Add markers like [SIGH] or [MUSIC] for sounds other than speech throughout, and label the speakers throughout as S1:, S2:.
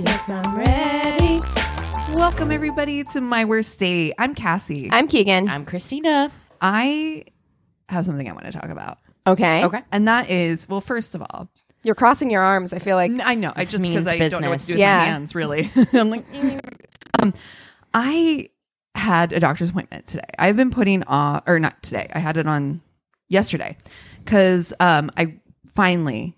S1: Yes, I'm ready. Welcome everybody to my worst day. I'm Cassie.
S2: I'm Keegan.
S3: I'm Christina.
S1: I have something I want to talk about,
S2: okay.
S1: and that is well, first of all,
S2: You're crossing your arms, I feel like.
S1: n- I know I
S3: This
S1: just because
S3: means
S1: I don't know what to do with
S2: business. Yeah.
S1: my hands. Really, [LAUGHS] I'm like, mm. um, I had a doctor's appointment today. I've been putting off, or not today. I had it on yesterday because um, I finally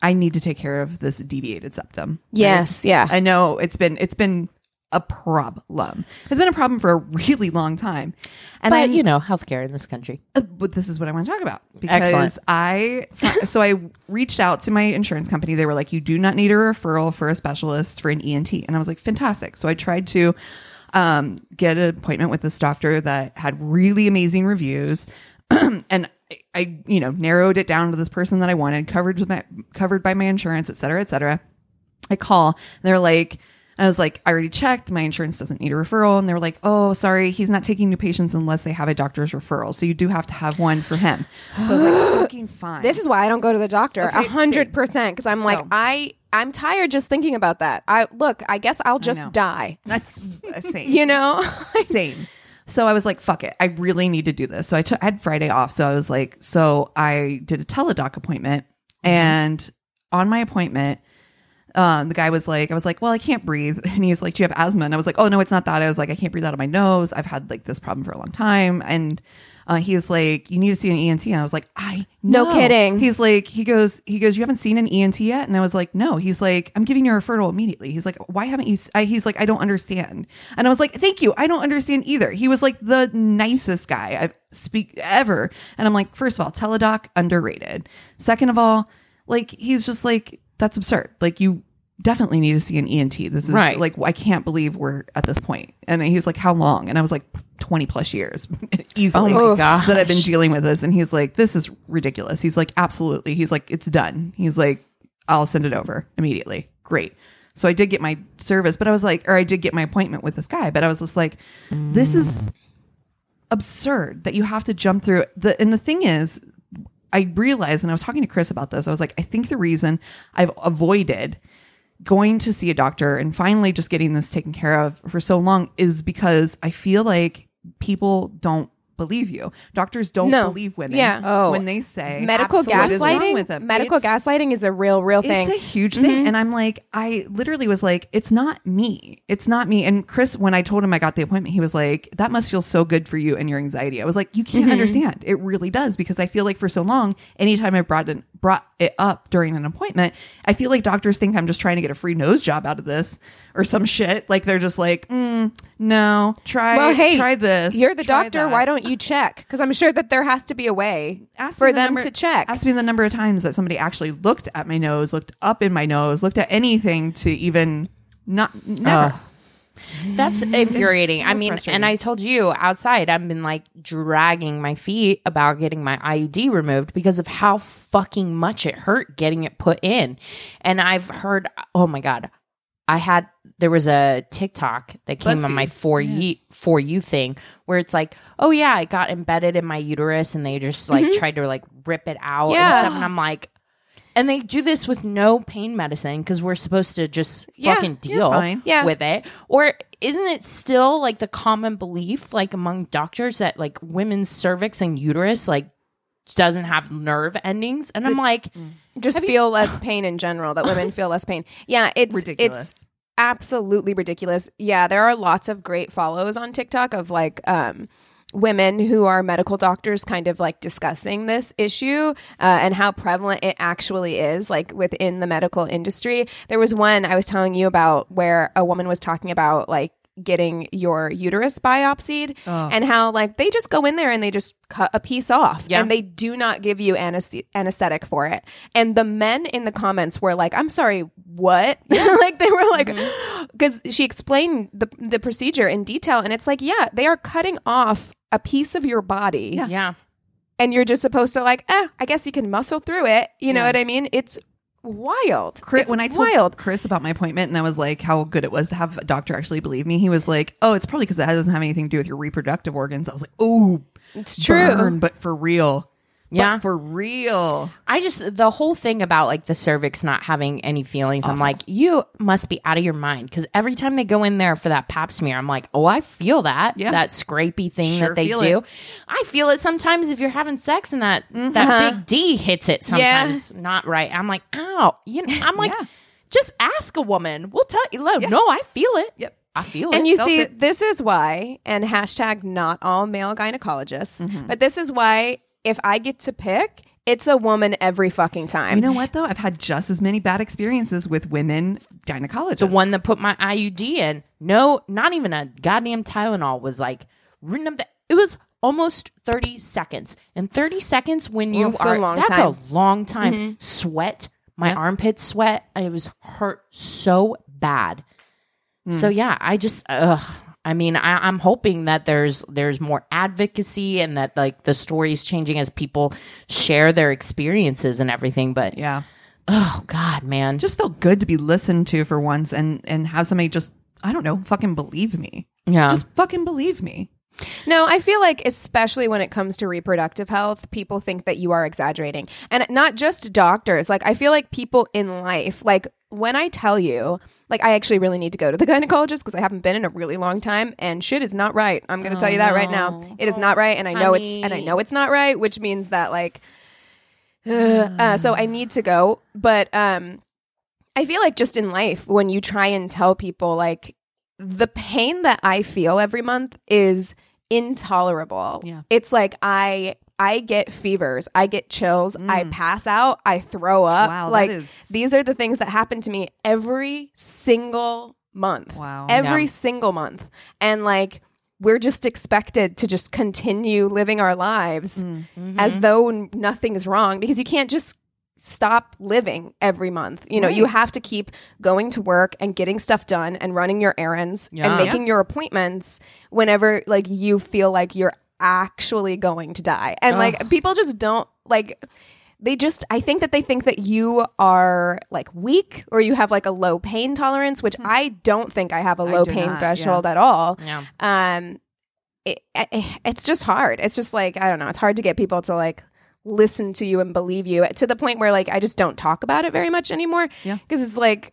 S1: I need to take care of this deviated septum.
S2: Yes, yeah.
S1: I know it's been it's been a problem. It's been a problem for a [LAUGHS] really long time. And
S3: But
S1: I'm-
S3: you know, healthcare in this country.
S1: uh, but this is what I want to talk about because
S3: Excellent.
S1: I [LAUGHS] so I reached out to my insurance company. They were like, "You do not need a referral for a specialist for an ENT," and I was like, "Fantastic!" So I tried to um, get an appointment with this doctor that had really amazing reviews, [CLEARS THROAT] and I, I, you know, narrowed it down to this person that I wanted, covered with my covered by my insurance, et cetera, et cetera. I call. and They're like, I was like, I already checked. My insurance doesn't need a referral. And they were like, oh, sorry, he's not taking new patients unless they have a doctor's referral. So you do have to have one for him. So I was
S2: [GASPS]
S1: like, fucking fine.
S2: This is why I don't go to the doctor a
S1: Okay,
S2: hundred percent because I'm like
S1: So-
S2: I I'm tired just thinking about that. I look, I guess I'll
S1: know.
S2: just die. [LAUGHS]
S1: that's insane.
S2: You know,
S1: [LAUGHS] same. So I was like, fuck it. I really need to do this. So I took I had Friday off. So I was like, so I did a teledoc appointment.
S2: Mm-hmm.
S1: And on my appointment, um, the guy was like, I was like, well, I can't breathe. [LAUGHS] And he was like, do you have asthma? And I was like, oh, no, it's not that. I was like, I can't breathe out of my nose. I've had like this problem for a long time. And uh, he was like, you need to see an ENT. And I was like, I
S2: No
S1: know.
S2: kidding.
S1: He's like, he goes, he goes, you haven't seen an ENT yet? And I was like, no. He's like, I'm giving you a referral immediately. He's like, why haven't you? s- I, he's like, I don't understand. And I was like, thank you. I don't understand either. He was like the nicest guy I've speak ever. And I'm like, first of all, teledoc underrated. Second of all, like he's just like, that's absurd. Like you definitely need to see an ENT. This is
S3: Right.
S1: like, I can't believe we're at this point. And he's like, how long? And I was like, 20 plus years [LAUGHS] easily Oh
S2: my Oof.
S1: that I've been dealing with this. And he's like, this is ridiculous. He's like, absolutely. He's like, it's done. He's like, I'll send it over immediately. Great. So I did get my service, but I was like, or I did get my appointment with this guy, but I was just like, this is absurd that you have to jump through the and the thing is I realized and I was talking to Chris about this. I was like, I think the reason I've avoided going to see a doctor and finally just getting this taken care of for so long is because I feel like people don't believe you. Doctors don't
S2: No.
S1: believe women
S2: Yeah. Oh.
S1: when they say
S2: [LAUGHS] medical
S1: absolutely what is wrong
S2: gaslighting.
S1: with them.
S2: Medical
S1: It's-
S2: gaslighting is a real, real thing. Mm-hmm.
S1: it's a huge thing. And I'm like, I literally was like, it's not me. It's not me. And Chris, when I told him I got the appointment, he was like, that must feel so good for you and your anxiety. I was like, you
S2: Mm-hmm.
S1: can't understand. It really does. Because I feel like for so long, anytime I brought it, brought it up during an appointment, I feel like doctors think I'm just trying to get a free nose job out of this or some shit. Like they're just like, mm, no, try,
S2: well, hey,
S1: try this.
S2: You're the
S1: try
S2: doctor.
S1: that."
S2: Why don't you check? Because I'm sure that there has to be a way for
S1: me the
S2: them
S1: number-
S2: to check.
S1: Ask me the number of times that somebody actually looked at my nose, looked up in my nose, looked at anything to even not never.
S2: Uh,
S3: That's infuriating.
S1: so
S3: I mean,
S1: frustrating.
S3: and I told you outside, I've been like dragging my feet about getting my IUD removed because of how fucking much it hurt getting it put in. And I've heard, oh my God, I had, there was a TikTok that came on my
S1: BuzzFeed.
S3: for you for you thing where it's like, oh yeah, it got embedded in my uterus and they just like tried to like rip it out
S2: Mm-hmm. Yeah.
S3: and stuff. And I'm like, and they do this with no pain medicine because we're supposed to just
S2: Yeah,
S3: fucking
S1: you're
S3: deal
S1: fine.
S2: Yeah.
S3: with it. Or isn't it still like the common belief, like among doctors, that like women's cervix and uterus like doesn't have nerve endings? And I'm like,
S2: just feel less pain in general that women feel less pain yeah it's
S1: Ridiculous.
S2: it's absolutely ridiculous yeah there are lots of great follows on tiktok of like um women who are medical doctors kind of like discussing this issue uh, and how prevalent it actually is like within the medical industry there was one i was telling you about where a woman was talking about like getting your uterus biopsied
S1: Oh.
S2: and how like they just go in there and they just cut a piece off
S3: Yeah.
S2: and they do not give you anesthe- anesthetic for it. And the men in the comments were like, "I'm sorry, what?" [LAUGHS] like they were like [GASPS] cuz she explained the the procedure in detail and it's like, "Yeah, they are cutting off a piece of your body."
S3: Yeah.
S2: and you're just supposed to like, eh, I guess you can muscle through it. You know what I mean? It's wild.
S1: Chris,
S2: It's
S1: when I told
S2: wild.
S1: Chris about my appointment and I was like how good it was to have a doctor actually believe me, he was like, "Oh, it's probably because it doesn't have anything to do with your reproductive organs." I was like, "Oh,
S2: It's true.
S1: burn, but for real, But
S3: Yeah.
S1: for real."
S3: I just the whole thing about like the cervix not having any feelings.
S1: Uh-huh.
S3: I'm like, you must be out of your mind because every time they go in there for that pap smear, I'm like, oh, I feel that
S1: Yeah.
S3: that scrapey thing
S1: Sure
S3: that they
S1: feel
S3: do.
S1: it.
S3: I feel it sometimes if you're having sex and that that
S1: Mm-hmm.
S3: big D hits it sometimes not right. I'm like, ow, you know,
S1: [LAUGHS]
S3: I'm like, just ask a woman. We'll tell you. No, no, I feel it.
S1: Yep.
S3: I feel it.
S2: And you
S1: Felt
S2: see,
S1: it.
S2: this is why, and hashtag not all male gynecologists, but this is why if I get to pick, it's a woman every fucking time.
S1: You know what though? I've had just as many bad experiences with women gynecologists.
S3: the one that put my IUD in. No, not even a goddamn Tylenol was like written up. The, it was almost 30 seconds. And 30 seconds when you
S2: Well, it's a
S3: are
S2: long
S3: that's
S2: time. Mm-hmm.
S3: a long time. Sweat, my armpits sweat. It was hurt so bad.
S2: Hmm.
S3: So yeah, I just ugh. I mean, I, I'm hoping that there's there's more advocacy and that like the story's changing as people share their experiences and everything. But
S1: yeah,
S3: oh god, man,
S1: just felt good to be listened to for once, and and have somebody just I don't know, fucking believe me.
S3: yeah,
S1: Just fucking believe me.
S2: No, I feel like especially when it comes to reproductive health, people think that you are exaggerating. And not just doctors. Like I feel like people in life, like when I tell you, like I actually really need to go to the [LAUGHS] gynecologist because I haven't been in a really long time and shit is not right. I'm going to tell you that right now. It is not right and I know it's and I
S3: honey.
S2: know it's not right, which means that like ugh, uh, so
S1: Mm.
S2: I need to go, but um I feel like just in life, when you try and tell people, like, the pain that I feel every month is intolerable.
S3: Yeah.
S2: It's like I. I get fevers. I get chills. I pass out. I throw up.
S1: Mm. Wow, that
S2: like
S1: is-
S2: these are the things that happen to me every single month.
S1: Wow.
S2: Every
S3: Yeah.
S2: single month. And like we're just expected to just continue living our lives
S3: Mm-hmm.
S2: as though n- nothing is wrong because you can't just stop living every month. You know, you have to keep going to work and getting stuff done and running your errands
S3: Yeah.
S2: and making your appointments whenever like you feel like you're actually going to die. And like people just don't like they just I think that they think that you are like weak or you have like a low pain tolerance, which
S3: Mm-hmm.
S2: I don't think I have a low
S1: do
S2: pain
S1: not, yeah.
S2: threshold at all.
S3: yeah.
S2: Um it, I- it's just hard. It's just like I don't know, it's hard to get people to like listen to you and believe you to the point where like I just don't talk about it very much anymore
S1: Yeah.
S2: because it's like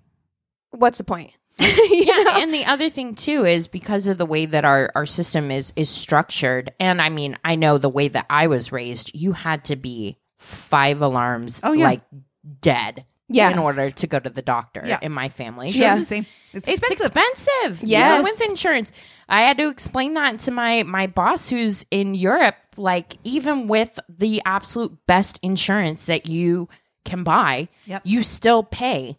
S2: what's the
S1: [LAUGHS]
S2: point? [LAUGHS] you
S3: yeah,
S2: know?
S3: and the other thing too is because of the way that our, our system is is structured and i mean i know the way that i was raised you had to be five alarms
S1: Oh, yeah.
S3: like dead
S2: Yes.
S3: in order to go to the doctor
S1: Yeah.
S3: in my family
S2: Yeah.
S1: It's, the same. it's
S3: it's
S1: expensive.
S3: expensive. Yeah,
S2: Yes.
S3: with insurance. I had to explain that to my my boss who's in Europe. Like, even with the absolute best insurance that you can buy,
S1: Yep.
S3: you still pay.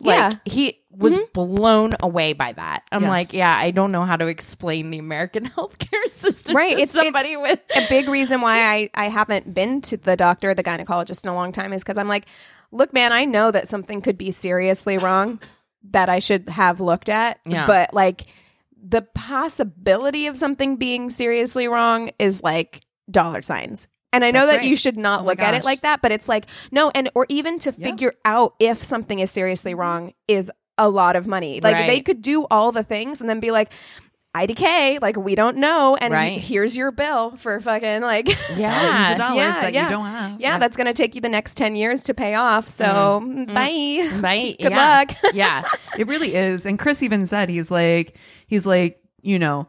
S2: Yeah. Mm-hmm.
S3: Like he was blown away by that. I'm
S1: Yeah.
S3: like, yeah, I don't know how to explain the American [LAUGHS] healthcare system
S2: Right,
S3: to
S2: it's- it's-
S3: somebody with
S2: a big reason why I, I haven't been to the doctor, the gynecologist in a long time is because I'm like, look, man, I know that something could be seriously wrong that I should have looked at.
S3: Yeah.
S2: But like the possibility of something being seriously wrong is like dollar signs. And I know
S1: That's
S2: that
S1: right.
S2: you should not
S1: Oh my
S2: look at it
S1: gosh.
S2: like that, but it's like, no, and or even to figure out if something is seriously
S1: Mm-hmm.
S2: wrong is a lot of money. Like they
S3: Right.
S2: could do all the things and then be like, IDK, like we don't know, and
S3: Right.
S2: here's your bill for fucking like
S1: Thousands of
S3: [LAUGHS] yeah.
S1: [LAUGHS] dollars
S2: yeah,
S1: that
S2: yeah.
S1: you don't have.
S2: yeah, that's going to take you the next 10 years to pay off. So,
S1: Mm.
S2: bye. [LAUGHS]
S3: Right?
S2: Good
S3: yeah.
S2: luck.
S3: [LAUGHS]
S2: [LAUGHS]
S3: Yeah.
S1: It really is. And Chris even said he's like he's like, you know,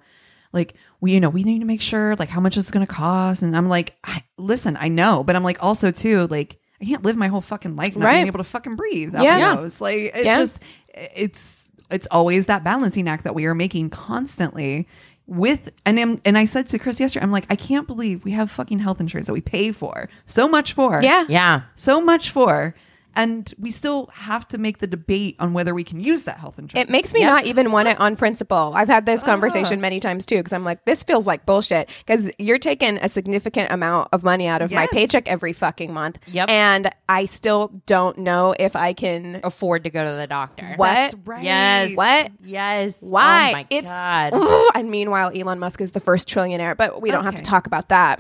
S1: like we you know, we need to make sure like how much it's going to cost and I'm like, I, listen, I know, but I'm like also too like I can't live my whole fucking life not
S2: Right.
S1: being able to fucking breathe out
S2: Yeah.
S1: my
S2: Yeah.
S1: nose. Like it
S2: Yeah.
S1: just it's it's always that balancing act that we are making constantly with and I'm- and I said to Chris yesterday, I'm like, I can't believe we have fucking health insurance that we pay for so much for
S2: Yeah.
S3: Yeah.
S1: so much for and we still have to make the debate on whether we can use that health insurance.
S2: It makes me not even want it on principle. I've had
S1: Oh.
S2: this conversation many times too because I'm like, this feels like bullshit because you're taking a significant amount of money out of my
S1: Yes.
S2: paycheck every fucking month.
S3: Yep.
S2: And I still don't know if I can.
S3: afford to go to the doctor.
S2: What?
S1: That's right.
S3: Yes.
S2: What?
S3: Yes.
S2: Why?
S3: Oh my
S2: it's.
S3: god.
S2: and meanwhile, Elon Musk is the first trillionaire, but we don't have to
S1: Okay.
S2: talk about that.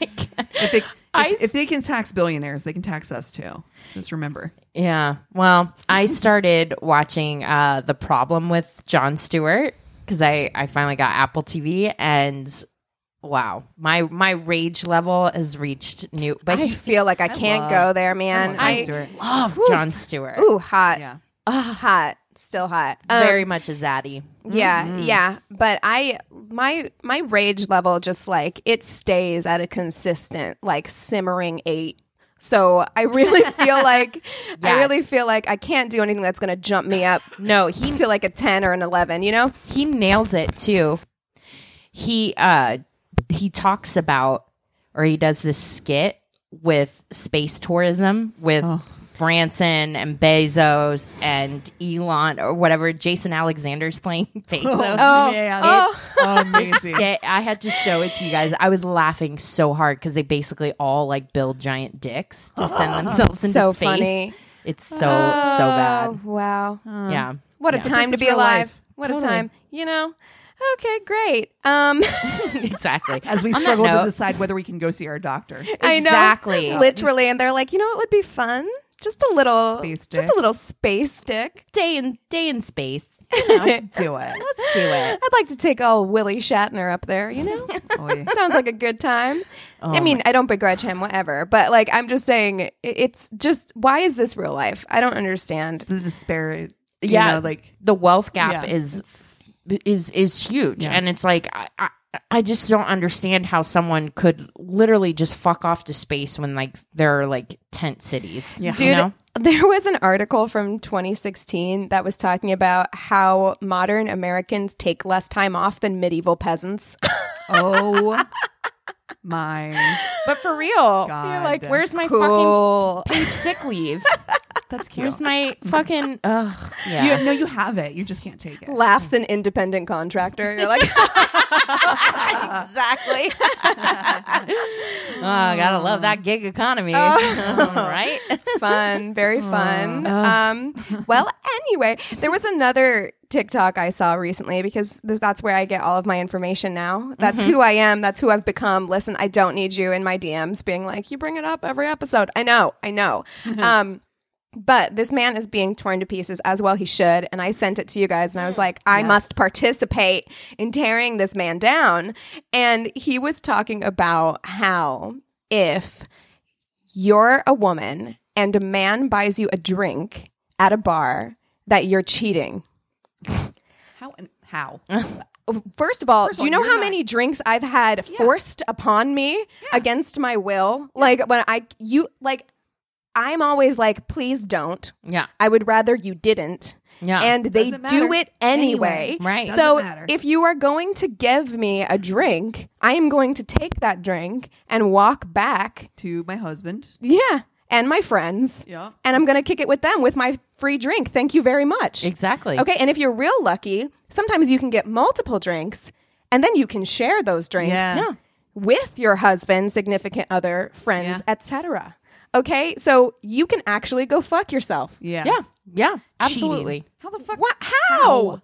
S1: If, they, if-
S3: I
S1: if they can tax billionaires, they can tax us too. Just remember.
S3: [LAUGHS] Yeah. Well, I started watching uh The Problem with John Stewart because I I finally got Apple TV and wow, my my rage level has reached new. But
S2: I [LAUGHS]
S3: he
S2: feel like I, can't
S1: love-
S2: go there, man.
S1: love John
S2: I,
S1: Stewart.
S3: love
S2: Oof.
S3: John Stewart.
S2: ooh, hot,
S1: Yeah.
S2: hot, still hot. Um,
S3: Very much a zaddy.
S2: Yeah, yeah, but I my my rage level just like it stays at a consistent like simmering 8. So I really feel like I
S3: Yeah.
S2: really feel like I can't do anything that's going to jump me up
S3: No, he
S2: to like a 10 or an 11, you know?
S3: he nails it too. He uh he talks about or he does this skit with space tourism with
S2: Oh.
S3: Branson and Bezos and Elon or whatever. Jason Alexander's playing [LAUGHS] Bezos.
S2: Oh,
S1: yeah.
S3: [LAUGHS]
S2: oh.
S1: amazing.
S3: Skit. I had to show it to you guys. I was laughing so hard because they basically all like build giant dicks
S2: [LAUGHS]
S3: to send themselves into
S2: So
S3: space.
S2: funny.
S3: It's so so bad.
S2: Oh, wow.
S3: yeah.
S2: What a
S3: Yeah.
S2: time to
S1: is
S2: be
S1: real
S2: alive.
S1: life.
S2: What a
S3: Totally.
S2: time, you know? Okay, great. Um
S3: [LAUGHS]
S2: [LAUGHS]
S3: exactly.
S1: As we
S3: On that
S1: struggle to
S3: note-
S1: decide whether we can go see our
S3: [LAUGHS]
S1: doctor.
S2: I know.
S3: Exactly.
S2: [LAUGHS] Literally and they're like, "You know what would be fun? Just a little
S1: Space
S2: just
S1: dick.
S2: a little space stick."
S3: day in day in space. [LAUGHS]
S1: Do it.
S3: Let's do it.
S2: I'd like to take old Willie Shatner up there, you know?
S1: Oy.
S2: Sounds like a good time. I mean, I don't begrudge him, whatever, but like, I'm just saying, it- it's just, why is this real life? I don't understand.
S1: The disparate.
S3: Yeah.
S1: You know, like
S3: The wealth gap
S1: Yeah,
S3: is is is huge,
S1: Yeah.
S3: and it's like I, I I just don't understand how someone could literally just fuck off to space when like there are like tent cities. Yeah,
S2: Dude, there was an article from 2016 that was talking about how modern Americans take less time off than medieval peasants.
S1: oh my
S3: but for real,
S1: God.
S3: you're like, where's my
S2: Cool.
S3: fucking paid sick leave?
S1: That's cute.
S3: Where's my fucking? Ugh,
S1: You,
S3: yeah.
S1: no, you have it. You just can't take it.
S2: Laughs an independent contractor. You're like, [LAUGHS] exactly.
S3: Oh, gotta love that gig economy, [LAUGHS] right?
S2: fun, very fun. Um, well, anyway, there was another TikTok I saw recently because this, that's where I get all of my information now. That's who I am. That's who I've become. Listen, I don't need you in my DMs being like, you bring it up every episode. I know, I know. um, but this man is being torn to pieces as well he should. And I sent it to you guys and I was like, I must participate in tearing this man down. And he was talking about how if you're a woman and a man buys you a drink at a bar that you're cheating.
S1: How? and- How?
S2: First of all,
S1: First of
S2: do you
S1: all,
S2: know
S1: you're
S2: how
S1: not-
S2: many drinks I've had forced upon me against my will? Like when I you like I'm always like please don't.
S3: Yeah,
S2: I would rather you didn't.
S3: Yeah.
S2: And they
S1: Doesn't
S2: do
S1: matter.
S2: it
S1: Anyway.
S2: anyway.
S3: Right.
S1: Doesn't
S2: So
S1: matter.
S2: if you are going to give me a drink, I am going to take that drink and walk back.
S1: To my husband.
S3: [LAUGHS]
S2: Yeah. And my friends.
S1: Yeah.
S2: and I'm going to kick it with them with my free drink. Thank you very much.
S3: exactly.
S2: Okay, and if you're real lucky, sometimes you can get multiple drinks and then you can share those drinks
S1: Yeah. Yeah.
S2: with your husband, significant other, friends, etc. Okay? So you can actually go fuck yourself.
S1: Yeah.
S3: Yeah, yeah, absolutely.
S1: How the fuck?
S2: What how?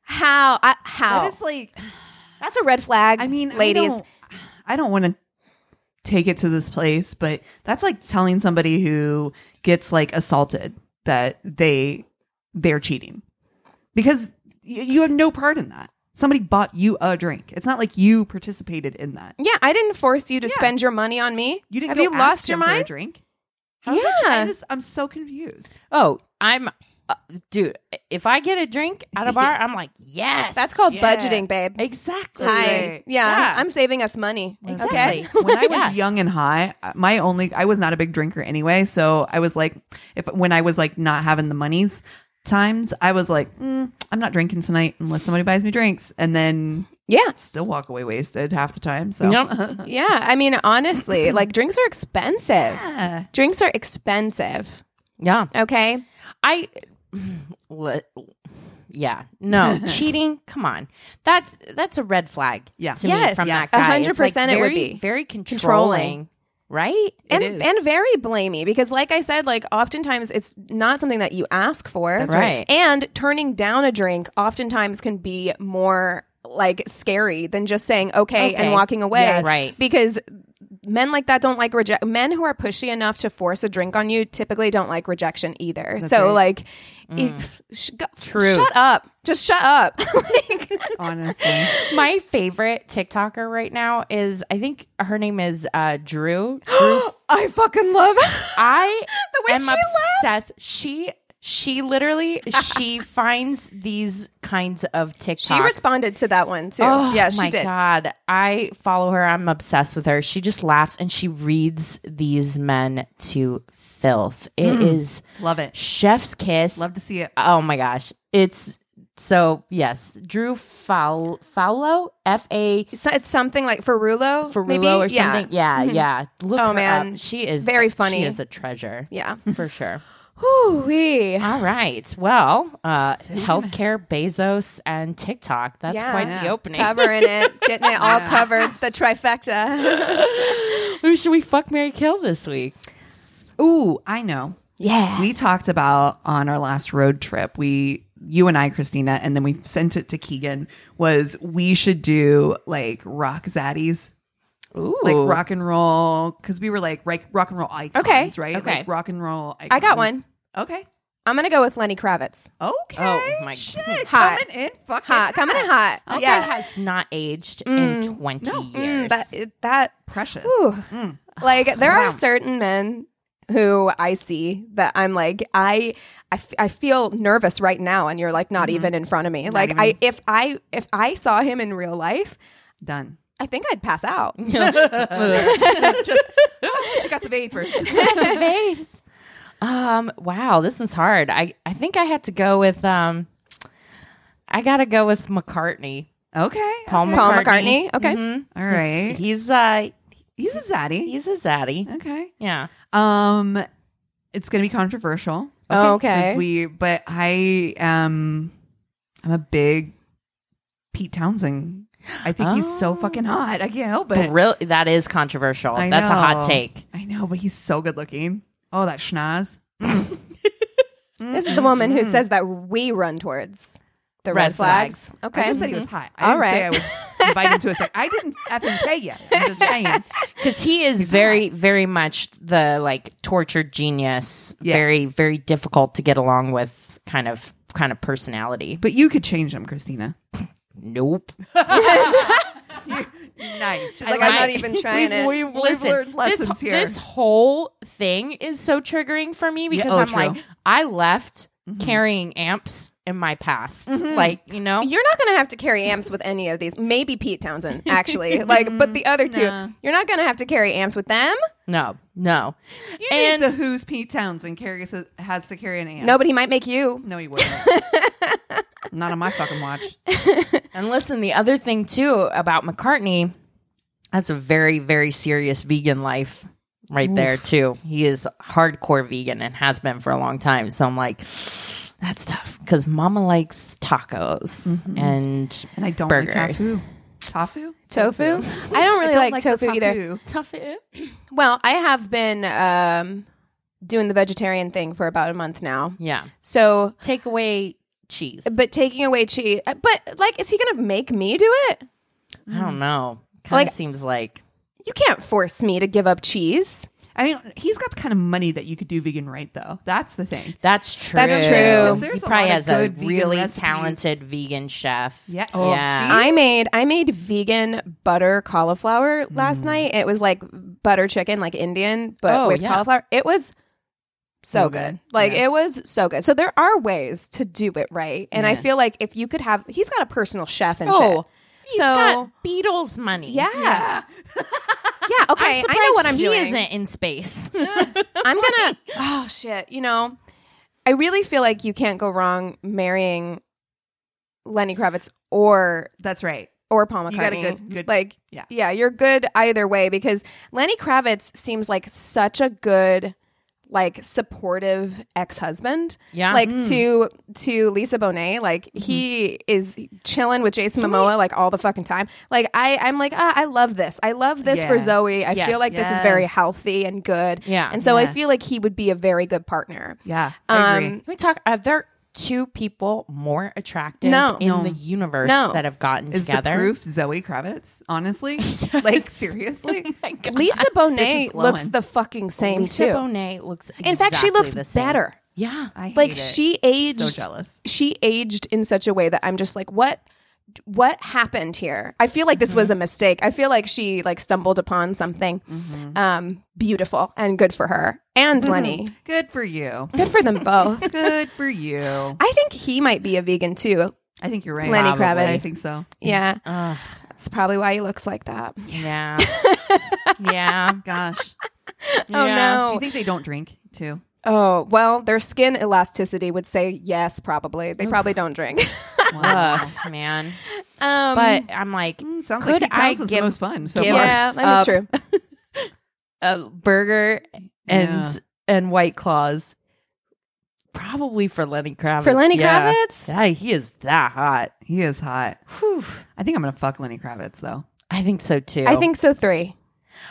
S2: How? I, how?
S1: That is like.
S2: That's a red flag.
S1: I mean,
S2: ladies,
S1: I don't, I don't want to take it to this place, but that's like telling somebody who gets like assaulted that they they're cheating because y- you have no part in that. Somebody bought you a drink. It's not like you participated in that.
S2: yeah, I didn't force you to spend your money on me.
S1: You didn't.
S2: Have
S1: go
S2: you
S1: ask
S2: lost your
S1: them for a
S2: mind?
S1: drink? How is that che-
S2: Yeah.
S1: I just, I'm so confused.
S3: Oh, I'm, uh, dude. If I get a drink at
S2: [LAUGHS]
S3: a bar, I'm like, yes.
S2: That's called
S1: Yeah.
S2: budgeting, babe.
S3: exactly.
S2: Hi.
S1: Right.
S2: Yeah,
S3: Yeah.
S2: I'm saving us money.
S3: Exactly.
S2: Okay.
S1: [LAUGHS] when I was
S3: Yeah.
S1: young and high, uh, my only I was not a big drinker anyway, so I was like, if when I was like not having the monies times, I was like, mm, I'm not drinking tonight unless somebody buys me drinks, and then
S2: Yeah.
S1: still walk away wasted half the time. So
S3: [LAUGHS] Yep.
S2: Yeah. I mean, honestly, like drinks are expensive. Drinks are expensive.
S3: Yeah.
S2: Okay.
S3: I, [SIGHS] le- yeah,
S2: [LAUGHS]
S3: no cheating. Come on, that's that's a red flag.
S1: Yeah.
S3: to me
S2: Yes.
S3: from
S1: Yes.
S3: that guy.
S2: 100% it would
S3: very,
S2: be.
S3: very controlling, right?
S2: [LAUGHS] And
S1: is.
S2: and very blamey because like I said, like oftentimes it's not something that you ask for.
S3: That's right.
S2: And turning down a drink oftentimes can be more like scary than just saying okay,
S3: Okay.
S2: and walking away.
S3: Yes. Right.
S2: Because men like that don't like reject men who are pushy enough to force a drink on you typically don't like rejection either. so
S1: right.
S2: like
S3: Mm.
S2: it, sh- go-
S3: Truth.
S2: shut up. Just shut
S3: [LAUGHS]
S2: up. like,
S1: honestly.
S3: My favorite TikToker right now is I think her name is uh,
S2: [GASPS]
S3: Drew. Drew
S2: I fucking love
S3: I
S2: [LAUGHS] The way
S3: am
S2: she
S3: obsessed.
S2: laughs.
S3: She she literally
S2: [LAUGHS]
S3: she finds these kinds of TikToks.
S2: She responded to that one too.
S3: Oh,
S2: yeah, she
S3: my
S2: did.
S3: God, I follow her. I'm obsessed with her. She just laughs and she reads these men to filth. It is
S2: Mm.
S1: Love it.
S3: chef's kiss.
S1: Love to see it.
S3: oh my gosh, it's so yes. Drew Foul Faulo F A
S2: So it's something like Ferrulo, maybe?
S3: Ferrulo or
S2: Yeah.
S3: something. Yeah, yeah. Look,
S2: Oh,
S3: her
S2: man.
S3: up. she is
S2: Very funny.
S3: She is a treasure.
S2: Yeah.
S3: for sure.
S2: Whew, wee.
S3: All right. Well, uh, healthcare, Bezos, and TikTok. That's
S2: Yeah.
S3: quite the
S1: Yeah.
S3: opening.
S2: Covering it, getting it [LAUGHS] all covered, the trifecta.
S3: Who should we fuck, Mary kill this week?
S1: Ooh, I know.
S3: Yeah.
S1: We talked about on our last road trip. We, you and I, Christina, and then we sent it to Keegan. Was we should do like rock zaddies,
S3: Ooh.
S1: like rock and roll, because we were like right, rock and roll icons,
S2: Okay.
S1: right?
S3: Okay.
S1: Like rock and roll. Icons.
S2: I got one.
S1: Okay.
S2: I'm gonna go with Lenny Kravitz.
S1: Okay.
S3: Oh, my
S1: shit.
S3: God.
S2: Hot.
S1: Coming in fucking
S2: Hot, coming in hot.
S3: That guy
S2: Yeah,
S3: has not aged in 20 years.
S2: Mm, that it- that
S1: precious.
S2: Ooh.
S1: Mm.
S2: like there
S1: Wow.
S2: are certain men who I see that I'm like I I, f- I feel nervous right now, and you're like Mm-hmm. not even in front of me. like I if I if I saw him in real life,
S1: Done.
S2: I think I'd pass [LAUGHS] out.
S1: just, just- oh, she got the
S2: [LAUGHS]
S1: vapors.
S3: [LAUGHS] Babes. Um, wow, this is hard. I, I think I had to go with um I gotta go with McCartney.
S1: Okay.
S3: Paul
S1: okay.
S2: Paul
S3: McCartney.
S2: McCartney. Okay.
S3: Mhm.
S1: All right.
S3: He's uh
S1: He's a zaddy.
S3: he's a zaddy.
S1: Okay.
S3: Yeah.
S1: Um, it's gonna be controversial.
S2: Oh, okay.
S1: 'Cause We, but I am, I'm a big Pete Townsend. I think he's so fucking
S2: Oh.
S1: hot. I can't help it.
S3: Real that is controversial.
S1: I
S3: Oh, That's a hot
S1: know.
S3: take.
S1: I know, but he's so good looking. Oh, that schnoz.
S2: This is the woman who says that we run towards the Mm-hmm. red,
S3: Red
S2: flags. Okay.
S1: I just said he was hot. I
S2: All
S1: didn't say I
S2: right.
S1: was inviting to a sex. I didn't effing say yet. I'm just saying.
S3: because he is very very much the like tortured genius
S1: Yeah.
S3: very very difficult to get along with kind of kind of personality
S1: But you could change him, Christina.
S3: nope
S1: Nice. She's
S2: like,
S3: I'm not
S2: even [LAUGHS] trying
S1: we've,
S2: it.
S1: We've, we've
S3: listen
S1: learned
S3: this,
S1: lessons here.
S3: this whole thing is so triggering for me because
S1: oh,
S3: i'm
S1: true. Mm-hmm.
S3: like i left carrying amps in my past like you know
S2: You're not going to have to carry amps with any of these. Maybe Pete [LAUGHS] Townsend, actually. like, but the other two, you're not going to have to carry amps with them.
S3: no no
S1: you
S3: and
S1: need the Who's Pete Townsend carries has to carry an amp.
S2: No, but he might make you.
S1: No, he wouldn't. Not on my fucking watch.
S3: And listen, the other thing too about McCartney, that's a very, very serious vegan life right there too. He is hardcore vegan and has been for a long time. So I'm like, that's tough because Mama likes tacos and
S1: And I don't like tofu.
S3: burgers.
S1: Tofu?
S2: Tofu? I don't really
S1: I don't
S2: like, tofu
S1: the
S2: either.
S3: Tough.
S2: Well, I have been um, doing the vegetarian thing for about a month now.
S3: Yeah.
S2: So,
S3: Take away cheese.
S2: but taking away cheese, but like, is he going to make me do it?
S3: I don't know. Kind of
S2: Like-
S3: seems like
S2: You can't force me to give up cheese.
S1: I mean, he's got the kind of money that you could do vegan right, though. That's the thing.
S3: that's true.
S2: That's true.
S3: He
S1: There's a
S3: probably
S1: lot of
S3: has a
S1: good vegan
S3: really
S1: recipes.
S3: talented vegan chef.
S1: Yeah. Oh,
S3: yeah.
S1: see?
S2: I made I made vegan butter cauliflower last night. It was like butter chicken, like Indian, but
S3: Mm. Oh,
S2: with
S3: yeah. Mm-hmm.
S2: cauliflower. It was so
S1: So
S2: good.
S1: good.
S2: Like
S1: Yeah.
S2: it was so good. So there are ways to do it right, and I
S1: Yeah.
S2: feel like if you could have, he's got a personal chef and
S3: Oh,
S2: oh,
S3: he's
S2: so
S3: got Beatles money.
S2: yeah, yeah.
S3: [LAUGHS]
S2: okay, I know what I'm
S3: he
S2: doing.
S3: isn't in space.
S2: [LAUGHS] I'm gonna. Oh shit! You know, I really feel like you can't go wrong marrying Lenny Kravitz or
S1: That's right.
S2: or Paul McCartney.
S1: You got a good- good-
S2: like
S1: yeah.
S2: yeah, you're good either way because Lenny Kravitz seems like such a good like supportive ex-husband.
S3: [LAUGHS] Yeah.
S2: Like
S1: Mm.
S2: to to Lisa Bonet, like
S1: Mm-hmm.
S2: he is chilling with Jason Momoa like all the fucking time. Like I I'm like, ah, I love this. I love this for
S1: Yeah.
S2: Zoe. I
S3: Yes.
S2: feel like this is very
S1: Yes.
S2: healthy and good.
S3: Yeah.
S2: And so I
S1: Yeah.
S2: feel like he would be a very good partner.
S1: Yeah. I agree. [LAUGHS]
S2: Um
S3: Can we talk? Are there two people more attractive
S2: No.
S3: in
S1: No.
S3: the universe
S2: No.
S3: that have gotten
S1: is
S3: together?
S1: the proof Zoe Kravitz?
S2: [LAUGHS]
S1: Honestly, like seriously,
S2: Oh Lisa Bonet
S1: is glowing.
S2: looks the fucking same
S3: Lisa
S2: too.
S3: Bonet looks.
S2: In fact, she
S3: exactly
S2: looks
S3: the same.
S2: better.
S3: Yeah.
S1: I hate
S2: like
S1: it.
S2: she aged
S1: so jealous.
S2: she aged in such a way that I'm just like, what what happened here? I feel like this
S1: Mm-hmm.
S2: was a mistake. I feel like she like stumbled upon something
S1: Mm-hmm.
S2: um beautiful and good for her and Lenny.
S1: Good for
S2: [LAUGHS]
S1: you.
S2: Good for them
S1: [LAUGHS]
S2: both.
S1: Good for you.
S2: I think he might be a vegan too.
S1: I think you're right.
S2: Lenny
S1: Probably.
S2: Kravitz.
S1: I think so.
S2: Yeah.
S3: Ugh,
S2: That's probably why he looks like that. [LAUGHS]
S3: yeah. yeah.
S1: Gosh.
S2: Oh
S3: Yeah.
S1: Do you
S2: no.
S1: think they don't drink
S2: [LAUGHS]
S1: too?
S2: Oh, well, their skin elasticity would say yes, probably. They probably don't drink. [LAUGHS]
S3: Ugh, man.
S2: um
S3: But I'm like,
S1: Mm, sounds
S3: Could
S1: like Pete
S3: I
S1: Townsend's
S3: give-
S1: the most fun. So
S3: give-
S1: far.
S2: yeah,
S3: up.
S2: that's true.
S3: a burger and and White Claws, probably for Lenny Kravitz.
S2: For Lenny
S3: yeah.
S2: Kravitz?
S3: Yeah, he is that hot.
S1: he is hot.
S3: Whew.
S1: I think I'm gonna fuck Lenny Kravitz though.
S3: I think so too.
S2: I think so three.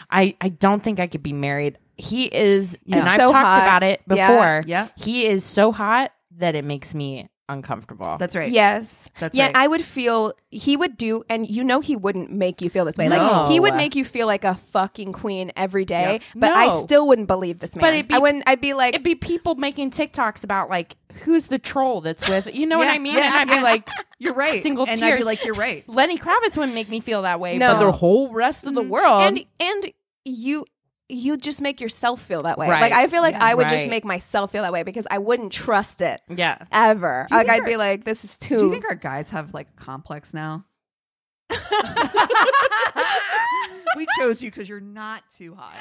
S3: I, I don't think I could be married. He is, and I've
S2: so
S3: talked
S2: hot.
S3: about it
S2: Yeah.
S3: before.
S1: Yeah.
S3: He is so hot that it makes me uncomfortable.
S1: That's right.
S2: Yes.
S1: That's
S2: yeah,
S1: right.
S2: I would feel he would do and you know he wouldn't make you feel this way.
S3: No.
S2: Like he would make you feel like a fucking queen every day,
S3: Yep.
S2: but I
S3: No.
S2: still wouldn't believe this man.
S3: But it'd be-
S2: I wouldn't I'd be like
S3: It'd be people making TikToks about like who's the troll that's with you know what
S1: Yeah,
S3: I mean?
S1: yeah,
S3: and I'd be
S1: yeah.
S3: like
S1: You're right.
S3: Single
S1: and I'd
S3: tears.
S1: be like, you're right.
S3: Lenny Kravitz wouldn't make me feel that way,
S2: No.
S3: but the whole rest
S1: Mm-hmm.
S3: of the world
S2: "Mm, and and you you just make yourself feel that way.
S3: Right.
S2: Like I feel like I would just
S3: Right.
S2: make myself feel that way because I wouldn't trust it
S3: Yeah.
S2: ever. Like
S1: think
S2: I'd be like this is
S1: Do you
S2: too
S1: think our guys have like a complex
S2: [LAUGHS]
S1: now? [LAUGHS] we chose you because you're not too hot.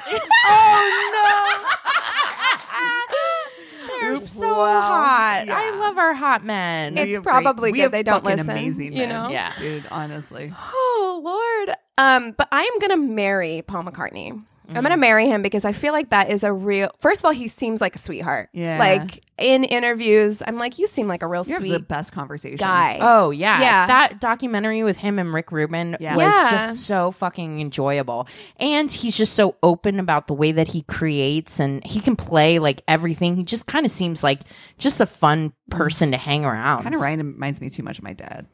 S3: Oh no. They're
S1: Oops.
S3: so
S2: Well,
S3: hot.
S1: yeah.
S3: I love our hot men.
S2: It's
S1: We have
S2: probably
S1: we
S2: good
S1: have
S2: they don't
S1: fucking
S2: listen,
S1: Amazing,
S2: you
S1: men,
S2: know?
S3: Yeah.
S1: dude.
S2: [GASPS]
S1: Honestly,
S2: Oh Lord. Um, but I am gonna marry Paul McCartney. I'm gonna marry him because I feel like that is a real. First of all, he seems like a sweetheart.
S1: Yeah.
S2: Like in interviews, I'm like, you seem like a real
S1: you have the
S2: sweet
S1: best conversations.
S2: guy.
S3: Oh yeah.
S2: Yeah.
S3: That documentary with him and Rick Rubin
S1: Yeah.
S3: was
S2: Yeah.
S3: just so fucking enjoyable. And he's just so open about the way that he creates and he can play like everything. He just kind of seems like just a fun person to hang around.
S1: Kind of reminds me too much of my dad.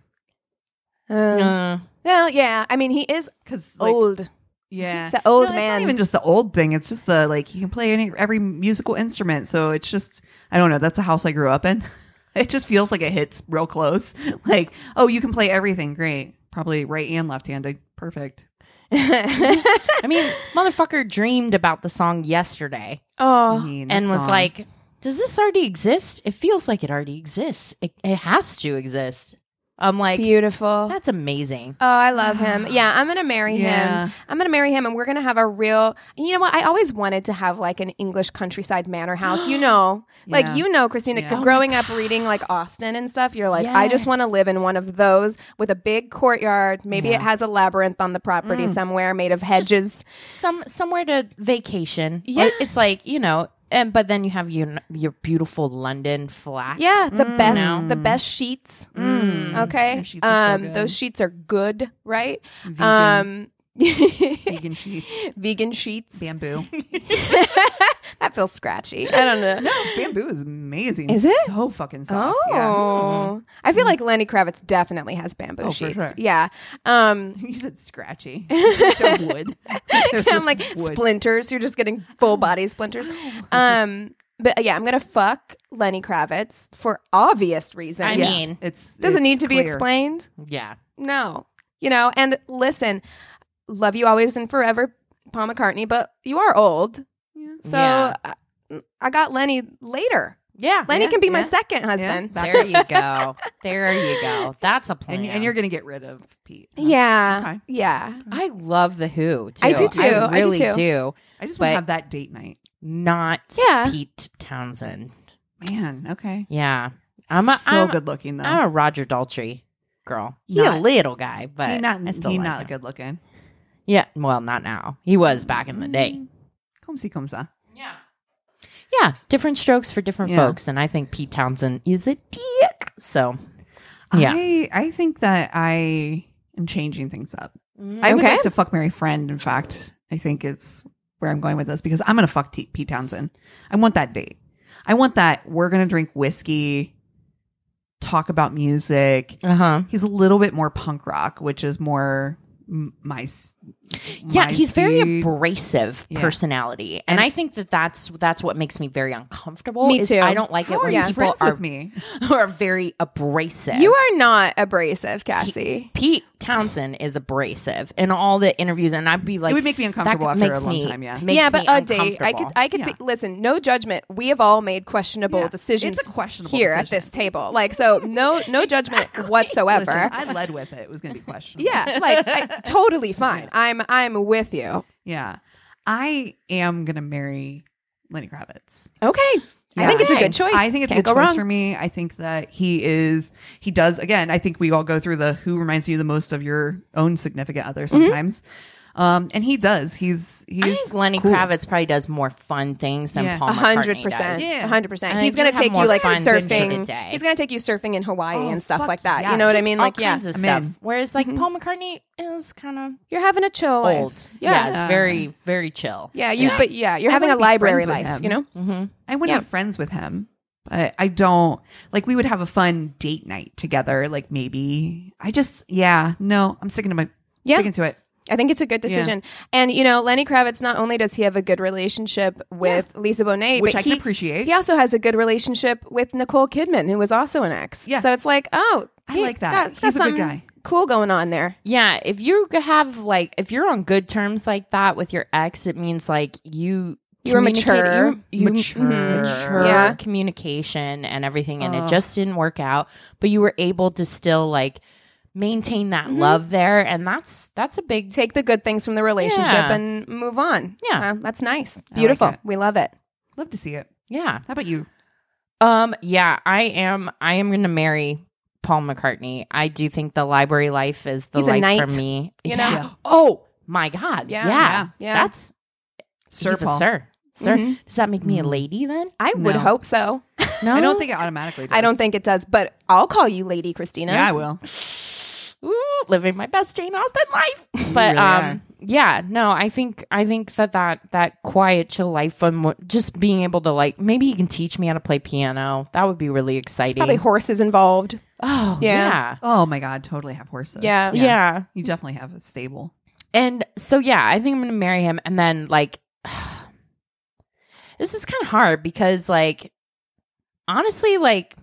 S2: Uh,
S3: Uh,
S2: well, yeah. I mean, he is
S1: Because like,
S2: old.
S1: yeah,
S2: It's an
S1: No,
S2: old
S1: It's
S2: man.
S1: Oh, not even just the old thing. It's just the like he can play any every musical instrument. So it's just I don't know. That's the house I grew up in. [LAUGHS] It just feels like it hits real close. [LAUGHS] Like oh, you can play everything. Great, probably right and left handed. Perfect.
S3: I mean, motherfucker dreamed about the song yesterday
S1: I
S2: Oh,
S1: mean, that
S3: and was
S1: song.
S3: like, does this already exist? It feels like it already exists. It, it has to exist. I'm like,
S2: beautiful.
S3: that's amazing.
S2: Oh, I love him. Yeah, I'm gonna marry
S1: Yeah.
S2: him. I'm gonna marry him, and we're gonna have a real. You know what? I always wanted to have like an English countryside manor house. You know, like
S1: Yeah.
S2: you know, Christina.
S1: Yeah.
S2: Growing up, reading like Austin and stuff, you're like, I just want to
S3: Yes.
S2: live in one of those with a big courtyard. Maybe it has a labyrinth on the property somewhere, made of hedges.
S3: Some somewhere to vacation.
S2: Yeah.
S3: Like, it's like you know, and but then you have your your beautiful London flat.
S2: yeah, the best,
S3: No.
S2: the best sheets. Okay,
S1: sheets are so
S2: um,
S1: good.
S2: those sheets are good, right?
S1: Vegan.
S2: Um,
S1: vegan sheets,
S2: [LAUGHS] vegan sheets.
S1: bamboo.
S2: That feels scratchy. I don't know.
S1: bamboo is amazing.
S2: Is
S1: it so fucking soft?
S2: Oh,
S1: Yeah.
S2: I feel like Lenny Kravitz definitely has bamboo
S1: Oh, for
S2: sheets.
S1: sure.
S2: Yeah, um,
S1: [LAUGHS] You said
S3: [LAUGHS]
S1: scratchy. They're wood. They're
S2: I'm
S1: just
S2: like
S1: wood. Oh.
S2: splinters. You're just getting full
S1: [LAUGHS]
S2: body splinters. Um, but yeah, I'm gonna fuck Lenny Kravitz for obvious reasons.
S3: I
S1: Yes.
S3: mean,
S1: it's
S2: does it
S1: it's
S2: need to be
S1: clear.
S2: explained?
S3: yeah.
S2: No, you know. And listen, love you always and forever, Paul McCartney. But you are old, so
S3: Yeah.
S2: I, I got Lenny later.
S3: Yeah.
S2: Lenny can be my
S1: yeah.
S2: second husband.
S1: Yeah.
S3: There you go. There you go. That's a plan.
S1: And, and you're gonna get rid of Pete. huh?
S2: Yeah,
S1: Okay.
S2: yeah.
S3: I love the Who. Too.
S2: I do too. I do
S3: really
S2: too.
S3: do.
S1: I just want
S3: But-
S1: to have that date night.
S3: Not
S2: Yeah.
S3: Pete Townsend.
S1: Man, okay.
S3: Yeah. I'm a,
S1: so
S3: I'm-
S1: good looking though.
S3: I'm a Roger Daltrey girl. He a
S1: Not-
S3: little guy, but
S1: He
S3: not,
S1: not,
S3: I still
S1: he
S3: like
S1: not
S3: him.
S1: good looking.
S3: Yeah, well, not now. He was back in the day.
S1: Come see, come saw.
S3: Yeah. yeah, different strokes for different
S1: Yeah.
S3: folks. And I think Pete Townsend is a dick. So, yeah.
S1: I, I think that I am changing things up. I would
S2: Okay.
S1: like to fuck Mary Friend. In fact, I think it's where I'm going with this because I'm going to fuck T- Pete Townsend. I want that date. I want that. We're going to drink whiskey, talk about music.
S3: Uh huh.
S1: He's a little bit more punk rock, which is more m- my. s-
S3: Yeah,
S1: my
S3: he's very
S1: speed.
S3: abrasive
S1: Yeah.
S3: personality, and, I think that that's that's what makes me very uncomfortable.
S2: Me
S3: is
S2: too.
S3: I don't like
S1: How
S3: it
S1: are
S3: when
S1: you
S3: people
S1: Oh, friends
S3: are
S1: with me?
S3: who [LAUGHS] are very abrasive.
S2: You are not abrasive, Cassie.
S3: Pete Townsend is abrasive in all the interviews, and I'd be like,
S1: It would make me uncomfortable after
S3: makes
S1: a long
S3: me-
S1: time, yeah.
S3: makes
S2: yeah, but
S3: me
S2: a date. I could.
S3: uncomfortable.
S2: I could see. Listen, no judgment. We have all made questionable
S1: Yeah,
S2: decisions.
S1: it's a questionable
S2: here at
S1: decision.
S2: this table. Like so, no,
S1: [LAUGHS]
S2: no judgment whatsoever.
S1: Listen, I led with it. It was going to be questionable.
S2: yeah,
S1: [LAUGHS]
S2: like I, totally fine. I'm. I'm with you.
S1: Yeah. I am going to marry Lenny Kravitz.
S2: Okay. I think it's a
S3: Okay.
S2: good choice.
S1: I think it's
S2: Can't
S1: a good
S2: go
S1: choice
S2: wrong.
S1: for me. I think that he is, he does, again, I think we all go through the who reminds you the most of your own significant other
S2: Mm-hmm.
S1: sometimes. Um, and he does. He's, he's,
S3: I think Lenny
S1: cool.
S3: Kravitz probably does more fun things than
S1: Yeah.
S3: Paul
S2: A
S3: McCartney
S2: hundred percent,
S3: does.
S1: Yeah.
S2: a hundred percent.
S3: I
S2: He's
S3: think
S2: gonna
S3: you'd have
S2: take you
S3: more
S2: like
S3: fun than during the
S2: surfing.
S3: day.
S2: He's gonna take you surfing in Hawaii
S1: Oh,
S2: and stuff
S1: fuck
S2: like that.
S1: yeah.
S2: You know what I
S1: Just
S3: All
S2: mean? Like, yeah,
S3: kinds of
S1: I'm
S3: stuff.
S1: in.
S3: Whereas like Paul McCartney is kind of
S2: you're having a chill
S3: old.
S2: life.
S3: Yeah,
S2: Yeah,
S3: it's very very chill.
S2: yeah. You, but yeah, you're
S1: I
S2: having a
S1: wanna be
S2: library
S1: friends with
S2: life.
S1: him.
S2: You know.
S3: hmm
S1: I wouldn't
S2: Mm-hmm. Yeah.
S1: have friends with him, but I don't like. We would have a fun date night together. Like maybe I just yeah no. I'm sticking to my
S2: Yeah.
S1: sticking to it.
S2: I think it's a good
S1: Yeah.
S2: decision. And you know, Lenny Kravitz not only does he have a good relationship with Lisa Bonet,
S1: Which
S2: but
S1: I can
S2: he,
S1: appreciate.
S2: He also has a good relationship with Nicole Kidman, who was also an ex.
S1: Yeah.
S2: So it's like, oh,
S1: I
S2: he
S1: like that.
S2: Got,
S1: He's
S2: got
S1: a good
S2: something
S1: guy.
S2: cool going on there.
S3: Yeah, if you have like if you're on good terms like that with your ex, it means like you
S2: You were
S3: communicate-
S2: mature.
S3: you, you
S1: Mature.
S3: mhm, mature
S2: Yeah.
S3: communication and everything, and it just didn't work out. But you were able to still like maintain that
S2: Mm-hmm.
S3: love there, and that's that's a big
S2: Take the good things from the relationship
S3: Yeah.
S2: and move on.
S3: Yeah.
S2: Uh, that's nice. Beautiful.
S1: it.
S2: we love it.
S1: Love to see it.
S3: yeah.
S1: How about you?
S3: Um, yeah, I am. I am going to marry Paul McCartney. I do think the library life is the
S2: He's a
S3: life
S2: knight,
S3: for me.
S2: you know? Yeah.
S3: [GASPS] Oh my God.
S2: Yeah,
S3: Yeah. Yeah.
S2: yeah.
S3: That's sir. He's a sir. Sir.
S2: Mhm.
S3: Does that make me a lady then?
S2: I would
S1: No.
S2: hope so.
S3: No.
S1: I don't think it automatically. Does.
S2: I don't think it does, but I'll call you Lady Christina.
S1: Yeah, I will.
S3: Ooh, living my best Jane Austen life. But
S1: really
S3: um,
S1: are.
S3: yeah, no, I think I think that that that quiet, chill life, and what- just being able to like maybe he can teach me how to play piano. That would be really exciting.
S2: Probably horses involved.
S3: oh
S2: Yeah.
S3: yeah.
S1: Oh my god, totally have horses.
S2: Yeah.
S3: yeah. yeah.
S1: you definitely have a stable.
S3: And so yeah, I think I'm gonna marry him. And then like [SIGHS] this is kind of hard because like honestly, like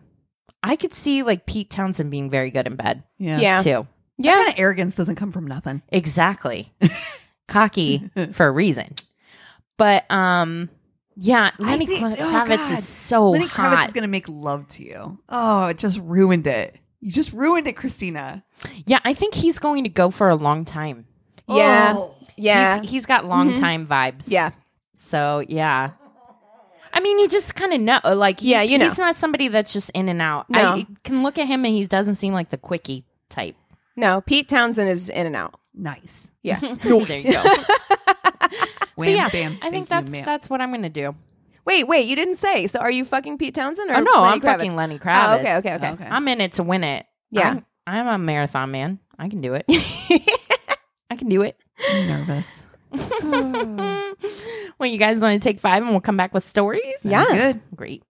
S3: I could see like Pete Townsend being very good in bed
S1: Yeah,
S2: Yeah. Yeah.
S3: too.
S1: Kind of arrogance doesn't come from nothing.
S3: Exactly.
S1: [LAUGHS]
S3: Cocky for a reason. But um yeah, Lenny
S1: think-
S3: Kla-
S1: oh,
S3: Kravitz
S1: God.
S3: is so
S1: Lenny
S3: hot.
S1: Kravitz is gonna make love to you. Oh, it just ruined it. You just ruined it, Christina.
S3: yeah, I think he's going to go for a long time.
S2: Yeah.
S1: Oh.
S2: Yeah.
S3: He's, he's got
S1: Mm-hmm.
S3: long time vibes.
S2: yeah.
S3: So yeah. I mean, you just kind of know, like, he's,
S2: Yeah, you know.
S3: he's not somebody that's just in and out.
S2: No.
S3: I can look at him and he doesn't seem like the quickie type. [LAUGHS]
S2: No, Pete Townsend is in and out.
S1: Nice.
S2: Yeah.
S3: there you go. so
S1: Wham,
S3: yeah,
S1: bam.
S3: I
S1: Thank you,
S3: think that's
S1: ma'am.
S3: that's what I'm gonna do.
S2: Wait, wait, you didn't say. So are you fucking Pete Townsend or
S3: Oh no,
S2: Lenny
S3: I'm
S2: Kravitz?
S3: fucking Lenny Kravitz.
S2: Oh, okay, okay, okay.
S1: Okay.
S3: I'm in it to win it.
S2: Yeah.
S3: I'm, I'm a marathon man. I
S2: [LAUGHS]
S3: can do it. I can do it.
S1: I'm nervous.
S3: Well, you guys want to take five and we'll come back with stories?
S2: Yeah.
S1: Good.
S3: Great.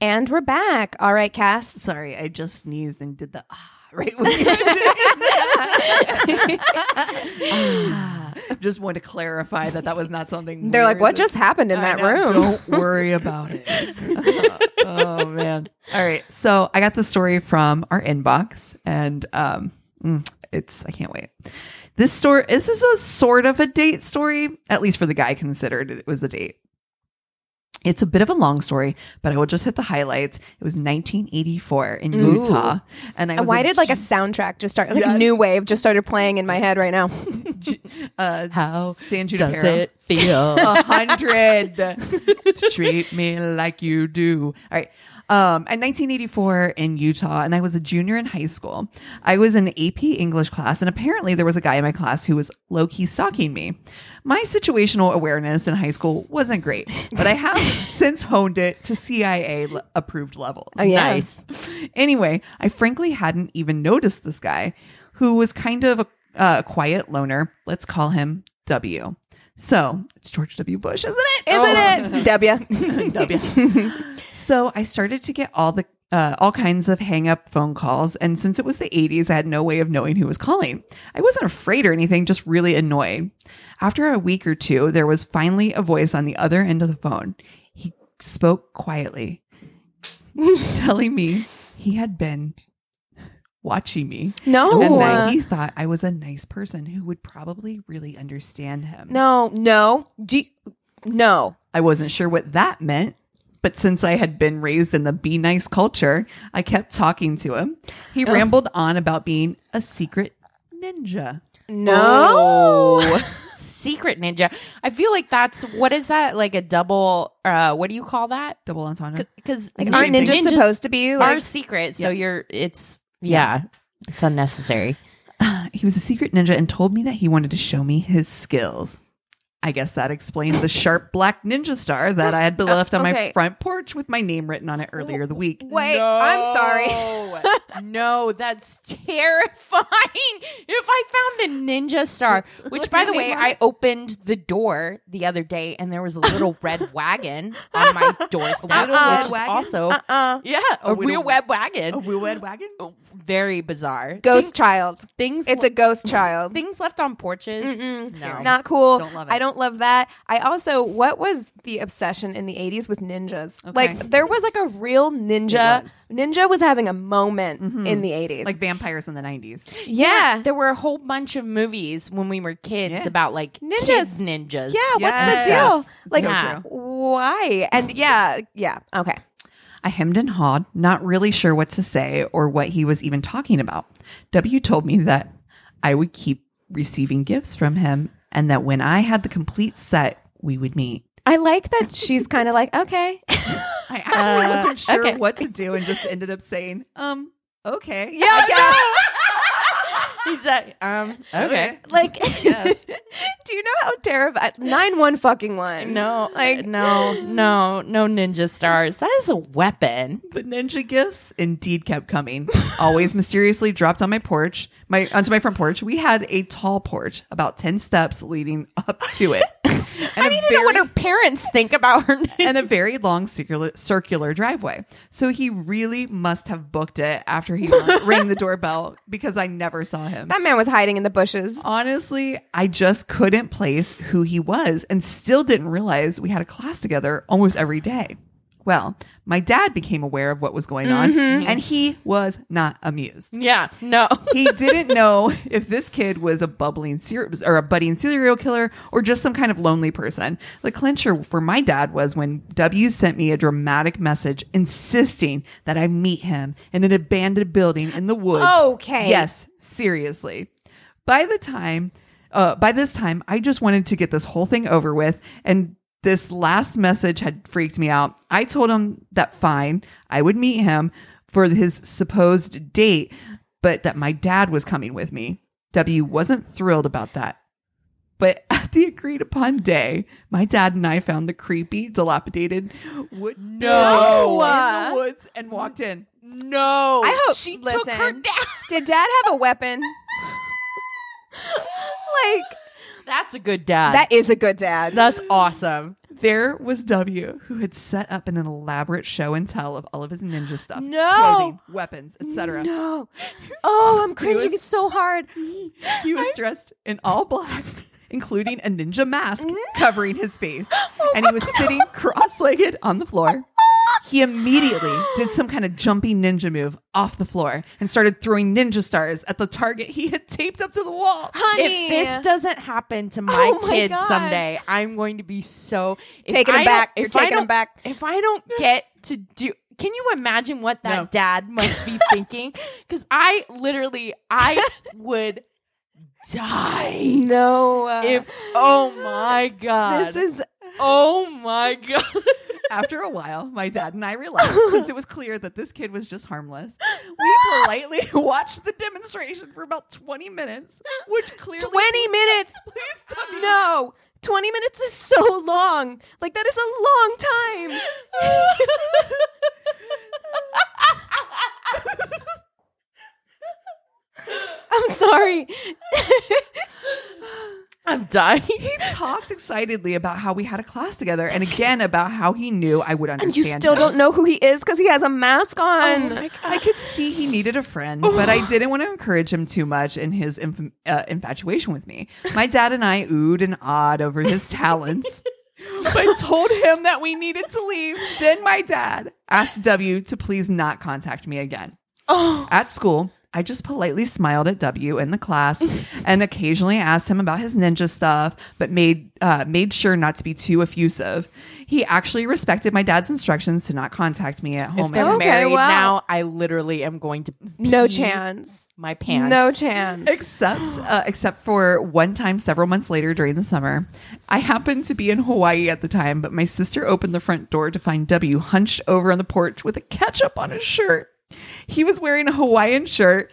S2: And we're back. All right, Cass.
S1: Sorry, I just sneezed and did the ah [LAUGHS] right when you [LAUGHS] Ah. Just want to clarify that that was not something.
S2: They're like,
S1: weird
S2: what
S1: that's-
S2: just happened in
S1: I
S2: that
S1: know,
S2: room?
S1: [LAUGHS] Don't worry about it. [LAUGHS] oh man. All right. So I got the story from our inbox and um mm, it's I can't wait. This story is this a sort of a date story? At least for the guy considered it was a date. It's a bit of a long story, but I will just hit the highlights. It was 1984 in Utah, and I was
S2: Why
S1: a
S2: did like a
S1: ju-
S2: soundtrack just start, like a
S1: Yes.
S2: new wave just started playing in my head right now?
S1: uh,
S3: How
S1: San
S3: does
S1: Junipero.
S3: it feel?
S1: [LAUGHS]
S3: [LAUGHS]
S1: a hundred. Treat me like you do. All right. Um, in 1984 in Utah, and I was a junior in high school. I was in AP English class, and apparently there was a guy in my class who was low key stalking me. My situational awareness in high school wasn't great, but I have [LAUGHS] since honed it to CIA l- approved levels.
S2: yeah.
S3: Nice.
S1: Anyway, I frankly hadn't even noticed this guy who was kind of a uh, quiet loner. Let's call him W. So it's George W. Bush, isn't it? Isn't it?
S2: W.
S1: So I started to get all the uh, all kinds of hang up phone calls, and since it was the 80s, I had no way of knowing who was calling. I wasn't afraid or anything, just really annoyed. After a week or two, there was finally a voice on the other end of the phone. He spoke quietly, telling me he had been watching me
S2: No.
S1: and
S2: uh,
S1: that he thought I was a nice person who would probably really understand him.
S2: Uh, no. No. Do you- no.
S1: I wasn't sure what that meant, but since I had been raised in the be nice culture, I kept talking to him. He rambled on about being a secret ninja.
S3: Oh.
S2: No.
S3: [LAUGHS] Secret ninja. I feel like that's what is that like a double? uh What do you call that?
S1: Double entendre.
S3: Because
S1: Like,
S2: Aren't ninjas,
S3: ninjas
S2: supposed to be
S3: are
S2: like?
S3: secret? So you're it's yeah, it's unnecessary.
S1: He was a secret ninja and told me that he wanted to show me his skills. I guess that explains the sharp black ninja star that
S2: [LAUGHS]
S1: I had been left on
S2: Oh, Okay.
S1: my front porch with my name written on it earlier the week.
S2: Wait. I'm
S3: [LAUGHS]
S2: sorry.
S3: sorry. no, that's terrifying. If I found a ninja star, which by the way, I opened the door the other day and there was
S2: [LAUGHS]
S3: a little red wagon on my doorstep,
S1: little
S2: Uh-uh.
S3: which
S1: red
S3: is
S1: wagon?
S3: also
S2: Uh.
S3: yeah, a,
S1: little-
S3: real red
S2: Oh,
S3: wagon.
S1: woo-wed wagon?
S3: Very bizarre.
S2: Ghost child.
S3: things.
S2: It's a ghost child.
S3: things left on porches. No.
S2: Not cool.
S1: Don't love
S2: I
S1: it.
S2: don't love that. I also, what was the obsession in the 80s with ninjas? Like, there was like a real ninja. Ninja was having a moment in the 80s.
S1: Mm-hmm. Like vampires in the 90s.
S2: yeah. Yeah.
S3: there were a whole bunch of movies when we were kids
S1: Yeah.
S3: about like
S2: Ninjas.
S3: ninjas, kids ninjas.
S2: What's
S1: Yes.
S2: the deal? Like,
S3: Yeah.
S2: why? And yeah. Yeah. Okay.
S1: I hemmed and hawed, not really sure what to say or what he was even talking about. W told me that I would keep receiving gifts from him and that when I had the complete set, we would meet.
S2: I like that she's kind of like, okay. [LAUGHS]
S1: I actually wasn't sure
S3: Uh, okay.
S1: what to do and just ended up saying, um, okay.
S2: Yeah. no.
S3: He's like, um, okay.
S2: Like, do you know how terrified? Nine one fucking one.
S3: No,
S2: Like-
S3: like no, no, no ninja stars. That is a weapon.
S1: The ninja gifts indeed kept coming, always mysteriously dropped on my porch, my onto my front porch. We had a tall porch, about 10 steps leading up to
S3: [LAUGHS]
S1: it. And a very-
S3: parents think about her.
S1: and a very long circular circular driveway. So he really must have booked it after he rang the doorbell because I never saw him.
S2: That man was hiding in the bushes.
S1: Honestly, I just couldn't place who he was and still didn't realize we had a class together almost every day. Well, my dad became aware of what was going on and he was not amused.
S3: yeah, no.
S1: He didn't know if this kid was a bubbling serial or a budding serial killer or just some kind of lonely person. The clincher for my dad was when W sent me a dramatic message insisting that I meet him in an abandoned building in the woods.
S2: Okay.
S1: Yes, seriously. By the time uh, by this time, I just wanted to get this whole thing over with and this last message had freaked me out. I told him that fine, I would meet him for his supposed date, but that my dad was coming with me. W wasn't thrilled about that. But [LAUGHS] at the agreed upon day, my dad and I found the creepy, dilapidated wood
S3: No.
S1: in the woods and walked in.
S3: [LAUGHS] No.
S2: I hope
S3: she
S2: listen,
S3: took her down.
S2: Did dad have a weapon? [LAUGHS] like
S3: That's a good dad.
S2: that is a good dad.
S3: that's awesome.
S1: There was W, who had set up an elaborate show and tell of all of his ninja stuff,
S2: No.
S1: clothing, weapons, etc.
S2: no. Oh, I'm cringing.
S1: was-
S2: It's so hard.
S1: He was dressed in all black, including a ninja mask
S2: Mm-hmm.
S1: covering his
S2: [GASPS]
S1: face,
S2: Oh
S1: and he was sitting cross-legged on the floor. He immediately did some kind of jumpy ninja move off the floor and started throwing ninja stars at the target he had taped up to the wall.
S2: Honey.
S3: If this doesn't happen to my,
S2: Oh my
S3: kids
S2: God.
S3: someday, I'm going to be so if
S2: Taking 'em
S3: I don't-
S2: back. You're
S3: if I
S2: taking 'em
S3: don't-
S2: back.
S3: If I don't get to do, can you imagine what that
S1: No.
S3: dad must
S2: [LAUGHS]
S3: be thinking? Because I literally, I would die
S2: No.
S3: if. Oh my god!
S2: this is
S3: Oh my god!
S1: After a while, my dad and I realized since it was clear that this kid was just harmless, we politely [LAUGHS] watched the demonstration for about 20 minutes, which
S2: [LAUGHS]
S1: clearly
S2: 20 minutes.
S1: [LAUGHS] Please tell me-
S2: No. 20 minutes is so long. Like that is a long time. [LAUGHS] I'm
S3: [LAUGHS]
S2: sorry.
S3: I'm dying.
S1: talked excitedly about how we had a class together and again about how he knew I would
S2: And
S1: understand.
S2: you still
S1: him.
S2: don't know who he is cuz he has a mask
S3: Oh.
S2: on.
S1: I could see he needed a friend, but I didn't want to encourage him too much in his inf- uh, infatuation with me. My dad and I oohed and awed over his talents. [LAUGHS] I told him that we needed to leave. Then my dad asked W to please not contact me again. At school, I just politely smiled at W in the [LAUGHS] class and occasionally asked him about his ninja stuff, but made uh, made sure not to be too effusive. He actually respected my dad's instructions to not contact me at home.
S3: If they're
S1: ever.
S2: Oh, Okay,
S3: married
S2: wow.
S3: now, I literally am going to
S2: no
S3: pee
S2: chance.
S3: My pants.
S1: [LAUGHS]
S2: No chance.
S1: except uh, except for one time several months later during the summer i happened to be in hawaii at the time but my sister opened the front door to find w hunched over on the porch with a ketchup on his shirt he was wearing a hawaiian shirt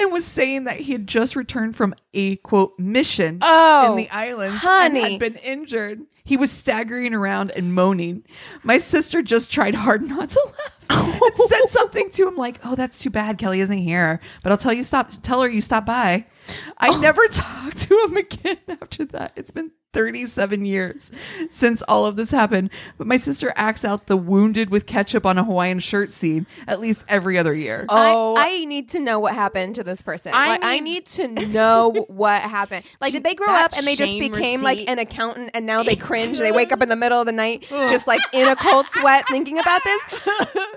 S1: and was saying that he had just returned from a quote mission
S2: Oh,
S1: in the islands and
S2: honey.
S1: had been injured he was staggering around and moaning my sister just tried hard [LAUGHS] not to laugh and
S2: [LAUGHS]
S1: said something to him like, "Oh, that's too bad. Kelly isn't here, but I'll tell you stop. Tell her you stop by." I
S2: Oh.
S1: never [LAUGHS] talked to him again [LAUGHS] after that. It's been 37 years since all of this happened, but my sister acts out the wounded with ketchup on a Hawaiian shirt scene at least every other year.
S3: Oh.
S2: I, I need to know what happened to this person.
S3: I
S2: I, like, I need to know what happened. Like, did they grow
S3: That
S2: up and they just
S3: shame
S2: became like
S3: receipt.
S2: an accountant and now they cringe? they wake up in the middle of the night just like in a cold sweat thinking about this?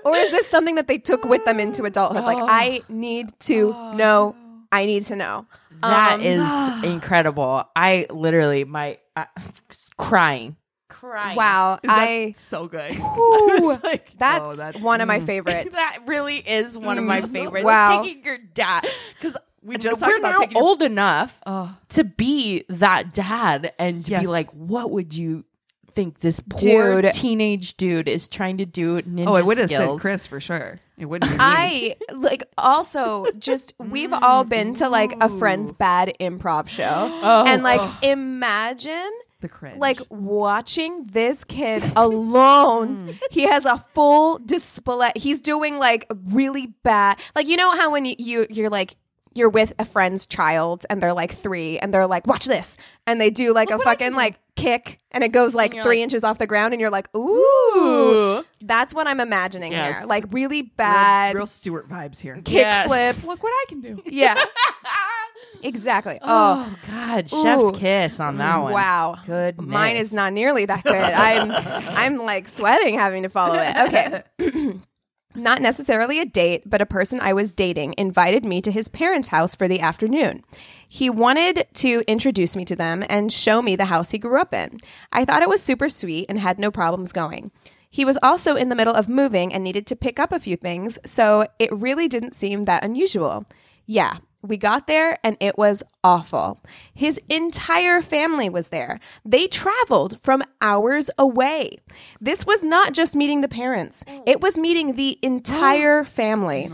S2: Or is this something that they took with them into adulthood? Like, I need to know. I need to know.
S3: That is [SIGHS] incredible. I literally my uh, [LAUGHS] crying, crying.
S2: Wow.
S1: Is that [LAUGHS]
S2: I.
S1: so good.
S2: Ooh,
S1: It's like,
S2: that's,
S1: oh, that's-
S2: one of my favorites.
S3: [LAUGHS] [LAUGHS] that really is one of my favorites.
S2: Wow.
S3: Taking your dad because we
S1: just talked
S3: Mm. we're
S1: about
S3: now
S1: taking your-
S3: old enough
S1: Oh.
S3: to be that dad and to
S1: Yes.
S3: be like, what would you think this poor
S2: Dude.
S3: teenage dude is trying to do ninja
S1: oh, I would have said
S3: skills?
S1: Chris for sure. It wouldn't. Be me.
S2: I like also just we've all been to like a friend's bad improv show. and like imagine
S1: the cringe.
S2: like watching this kid alone. he has a full display. He's doing like really bad. Like you know how when you, you you're like you're with a friend's child and they're like three and they're like watch this and they do like a fucking like kick and it goes like three inches off the ground and you're like ooh, that's what I'm imagining
S3: Yes.
S2: here. Like really
S1: real,
S2: bad
S1: real Stewart vibes here.
S2: kick
S3: Yes.
S2: flips.
S1: Look what I can [LAUGHS] do.
S2: yeah. exactly. Oh,
S3: Oh Mm, God,
S2: Ooh.
S3: chef's kiss on that one.
S2: Wow.
S3: Good.
S2: Mine is not nearly that good. I'm I'm like sweating having to follow it. Okay. [CLEARS THROAT] Not necessarily a date, but a person I was dating invited me to his parents' house for the afternoon. He wanted to introduce me to them and show me the house he grew up in. I thought it was super sweet and had no problems going. He was also in the middle of moving and needed to pick up a few things, so it really didn't seem that unusual. Yeah, we got there and it was awful. His entire family was there. They traveled from hours away. This was not just meeting the parents, it was meeting the entire family.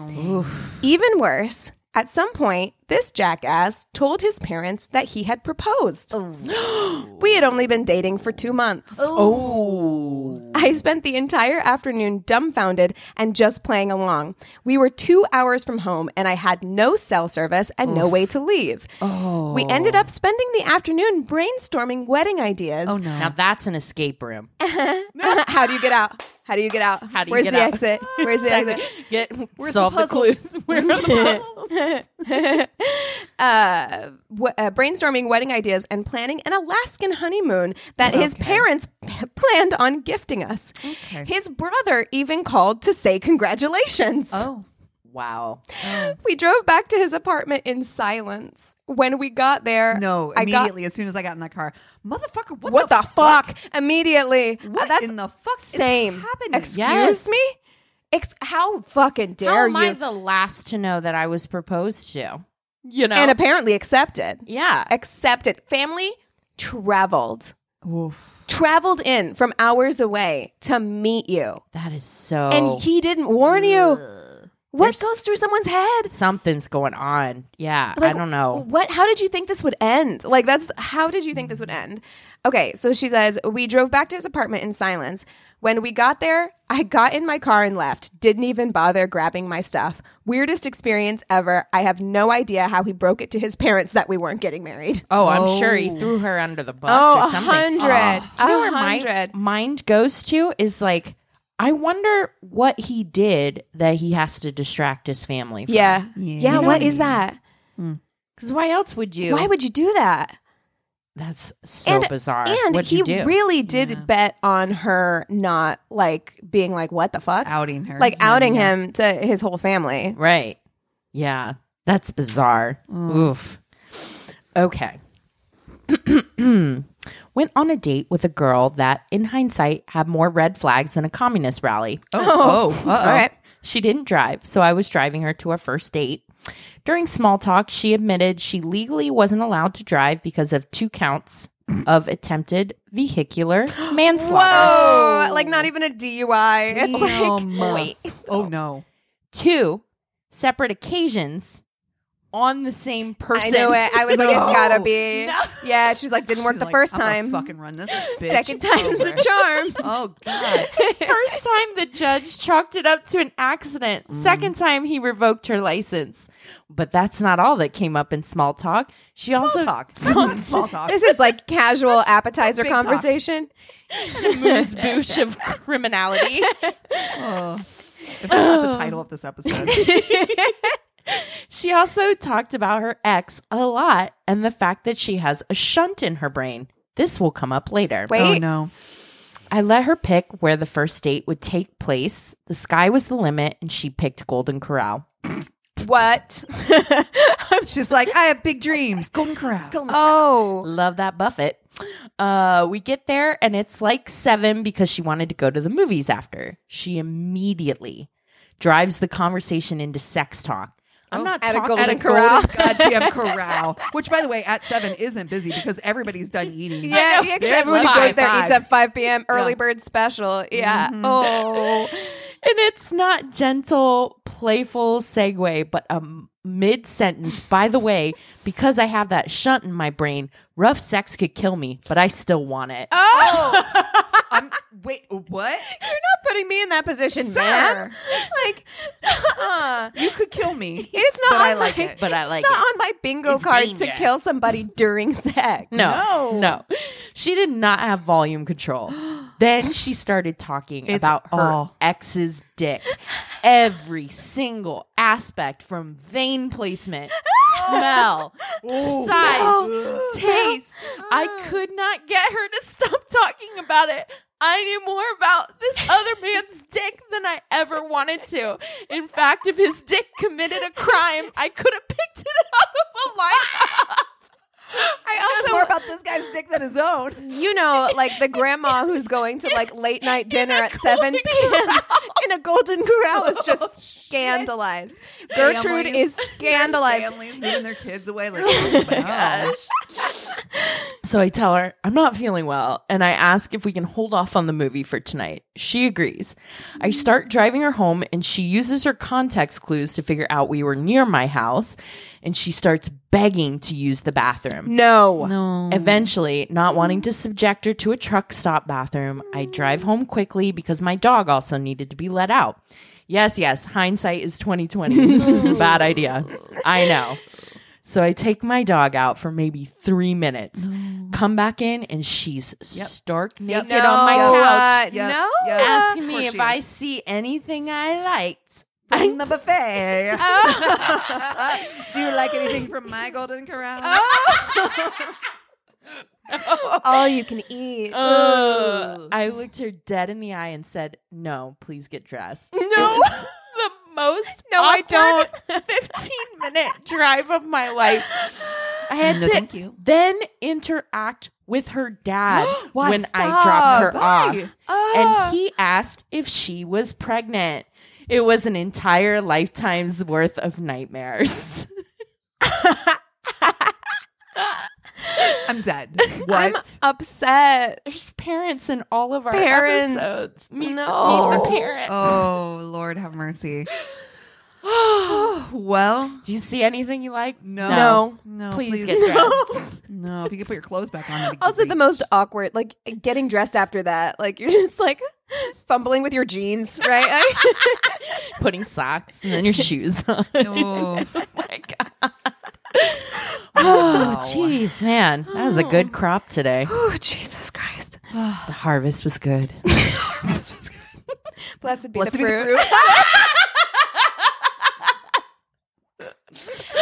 S2: Even worse, at some point, this jackass told his parents that he had proposed. [GASPS] we had only been dating for two months.
S3: Oh.
S2: I spent the entire afternoon dumbfounded and just playing along. We were two hours from home and I had no cell service and no way to leave.
S3: Oh.
S2: We ended up spending the afternoon brainstorming wedding ideas. Oh,
S3: Now that's an escape room.
S2: [LAUGHS] How do you get out? How do you get out?
S3: How do you
S2: Where's
S3: get
S2: the
S3: out? [LAUGHS]
S2: exit? Where's the exit?
S3: Get solve the, clues. [LAUGHS] Where are the puzzles?
S2: w- uh, brainstorming wedding ideas and planning an Alaskan honeymoon that his parents [LAUGHS] p- planned on gifting us. His brother even called to say congratulations.
S1: Oh,
S3: Wow.
S2: [LAUGHS] We drove back to his apartment in silence. When we got there,
S1: no!
S2: I got
S1: Immediately, as soon as I got in that car, motherfucker, what,
S2: what
S1: the,
S2: the fuck immediately.
S1: What
S2: That's
S1: in the fuck is
S2: same.
S1: happening?
S2: Excuse
S3: Yes.
S2: me. Ex- how fucking
S3: How
S2: dare
S3: am I
S2: you?
S3: the last to know that I was proposed to? You know.
S2: and apparently accepted.
S3: yeah.
S2: Accepted. Family traveled.
S1: Oof.
S2: traveled in from hours away to meet you,
S3: That is so.
S2: and he didn't warn you. What goes through someone's head?
S3: something's going on. Yeah,
S2: Like,
S3: I don't know.
S2: What how did you think this would end? Like that's how did you think this would end? Okay, so she says, "We drove back to his apartment in silence. When we got there, I got in my car and left. Didn't even bother grabbing my stuff. Weirdest experience ever. I have no idea how he broke it to his parents that we weren't getting married."
S3: Oh, I'm sure he threw her under the bus
S2: Oh,
S3: or
S2: a
S3: something.
S2: hundred.
S3: Do you know
S2: A
S3: where my
S2: hundred.
S3: mind goes to is like, I wonder what he did that he has to distract his family.
S2: [LAUGHS]
S3: From.
S2: Yeah.
S1: Yeah.
S2: Yeah, what is that?
S3: because why else would you?
S2: Why would you do that?
S3: that's so
S2: And-
S3: bizarre?
S2: And
S3: What'd
S2: he
S3: you do?
S2: really did bet on her not like being like what the fuck?
S1: outing her,
S2: Like outing him to his whole family.
S3: right? Yeah, that's bizarre. Oof. Okay. [CLEARS THROAT] Went on a date with a girl that, in hindsight, had more red flags than a communist rally.
S1: Oh,
S2: [LAUGHS]
S1: oh,
S3: All right. She didn't drive, so I was driving her to our first date. During small talk, she admitted she legally wasn't allowed to drive because of two counts of attempted vehicular manslaughter.
S2: Oh, like not even a DUI. It's like
S1: wait. Oh no.
S3: Two separate occasions on the same person.
S2: I knew it. I was like, it's gotta
S1: No.
S2: be. Yeah, she's like, didn't work
S1: She's
S2: the
S1: like,
S2: first
S1: I'm gonna
S2: time.
S1: Fucking run
S2: [LAUGHS]
S1: this bitch Oh,
S2: Second
S1: [LAUGHS]
S2: time's
S1: over.
S2: the charm.
S1: Oh god.
S3: First time the judge chalked it up to an accident. Second time he revoked her license. But that's not all that came up in small talk. She also
S1: Small talk.
S3: [LAUGHS]
S1: Small, small talk.
S2: This is like casual appetizer
S1: talk.
S2: conversation.
S3: moose boosh [LAUGHS] of criminality.
S1: Oh. That's not the title of this
S2: [LAUGHS]
S1: episode.
S3: She also talked about her ex a lot and the fact that she has a shunt in her brain. This will come up later.
S2: Wait.
S1: oh no.
S3: I let her pick where the first date would take place. The sky was the limit, and she picked Golden Corral.
S2: What?
S1: She's like, I have big dreams. Golden Corral.
S2: oh,
S3: Love that Buffett. Uh, we get there, and it's like seven because she wanted to go to the movies after. She immediately drives the conversation into sex talk. I'm not
S2: Oh, at a
S3: talk-
S2: Golden
S3: at a
S2: Corral. [LAUGHS]
S1: Goddamn corral. Which, by the way, at seven isn't busy because everybody's done eating.
S2: yeah, yeah. Because
S1: They're
S2: everyone who
S1: five,
S2: goes there
S1: five.
S2: eats at 5 p.m. early
S1: Yeah. Mm-hmm.
S2: bird special. Yeah.
S1: [LAUGHS]
S2: Oh,
S3: and it's not gentle, playful segue, but a mid sentence. By the way, because I have that shunt in my brain, rough sex could kill me, but I still want it.
S1: I'm, wait, what?
S2: you're not putting me in that position,
S1: Sir.
S2: ma'am. Like, uh-uh.
S1: [LAUGHS] You could kill me.
S2: it's not.
S1: But I
S2: on
S1: like
S2: my-
S1: it.
S3: But I like
S2: it's not
S3: it.
S2: on my bingo card to
S3: danger.
S2: kill somebody during [LAUGHS] sex.
S3: No, no, She did not have volume control. then she started talking about her
S1: all-
S3: ex's dick. Every single aspect from vein placement, smell, to size, taste. I could not get her to stop talking about it. I knew more about this other man's dick than I ever wanted to. In fact, if his dick committed a crime, I could have picked it [LAUGHS] out of a lineup.
S1: I [LAUGHS] also more about this guy's dick than his [LAUGHS] own.
S2: you know, like the grandma who's going to like late night dinner at 7 p.m. in a golden corral is just scandalized. Gertrude is scandalized.
S1: Families moving their kids away. [LAUGHS] Like, oh my gosh.
S3: [LAUGHS] So I tell her, I'm not feeling well, and I ask if we can hold off on the movie for tonight. She agrees. I start driving her home, and she uses her context clues to figure out we were near my house, and she starts begging to use the bathroom.
S2: No.
S3: Eventually,
S1: Hmm.
S3: not wanting to subject her to a truck stop bathroom, I drive home quickly because my dog also needed to be let out. Yes, yes, hindsight
S1: [LAUGHS]
S3: is 2020. this is a bad idea. I know. So I take my dog out for maybe three minutes, come back in, and she's stark naked
S2: No.
S3: on my couch,
S2: Uh,
S1: Yep,
S2: No.
S1: yep.
S3: asking
S1: Oh, Of course
S3: me if
S1: she
S3: I
S1: is.
S3: see anything I liked.
S1: From the [LAUGHS] buffet. Do you like anything from my golden corral?
S2: All you can eat.
S3: Ugh. I looked her dead in the eye and said, "No, please get dressed." No, the most
S2: No, I don't.
S3: [LAUGHS] Fifteen minute drive of my life. I had
S1: No,
S3: to
S1: thank you.
S3: then interact with her dad
S1: Why?
S3: when I
S1: Stop.
S3: dropped her
S1: Why?
S3: off, and he asked if she was pregnant. It was an entire lifetime's worth of nightmares.
S1: I'm dead. What?
S2: I'm upset.
S3: There's parents in all of our
S2: Parents.
S3: episodes. Meet,
S2: No.
S3: meet the parents.
S1: [LAUGHS] oh, Lord have [SIGHS] mercy. well,
S3: Do you see anything you like?
S1: no.
S2: No.
S1: No,
S3: Please get dressed.
S1: [LAUGHS] No, if you could put your clothes back on. that'd be
S2: Also,
S1: great.
S2: the most awkward, like getting dressed after that. Like you're [LAUGHS] just like fumbling with your jeans, right? [LAUGHS]
S3: [LAUGHS]
S2: I-
S3: [LAUGHS] Putting socks and [LAUGHS] then your shoes on.
S1: Oh,
S3: my god. [LAUGHS] Oh, jeez, man. That was a good crop today.
S2: oh, Jesus Christ.
S3: Oh. [GASPS] The harvest was [LAUGHS] good.
S2: Blessed be,
S1: Blessed
S2: the,
S1: be the
S2: fruit. All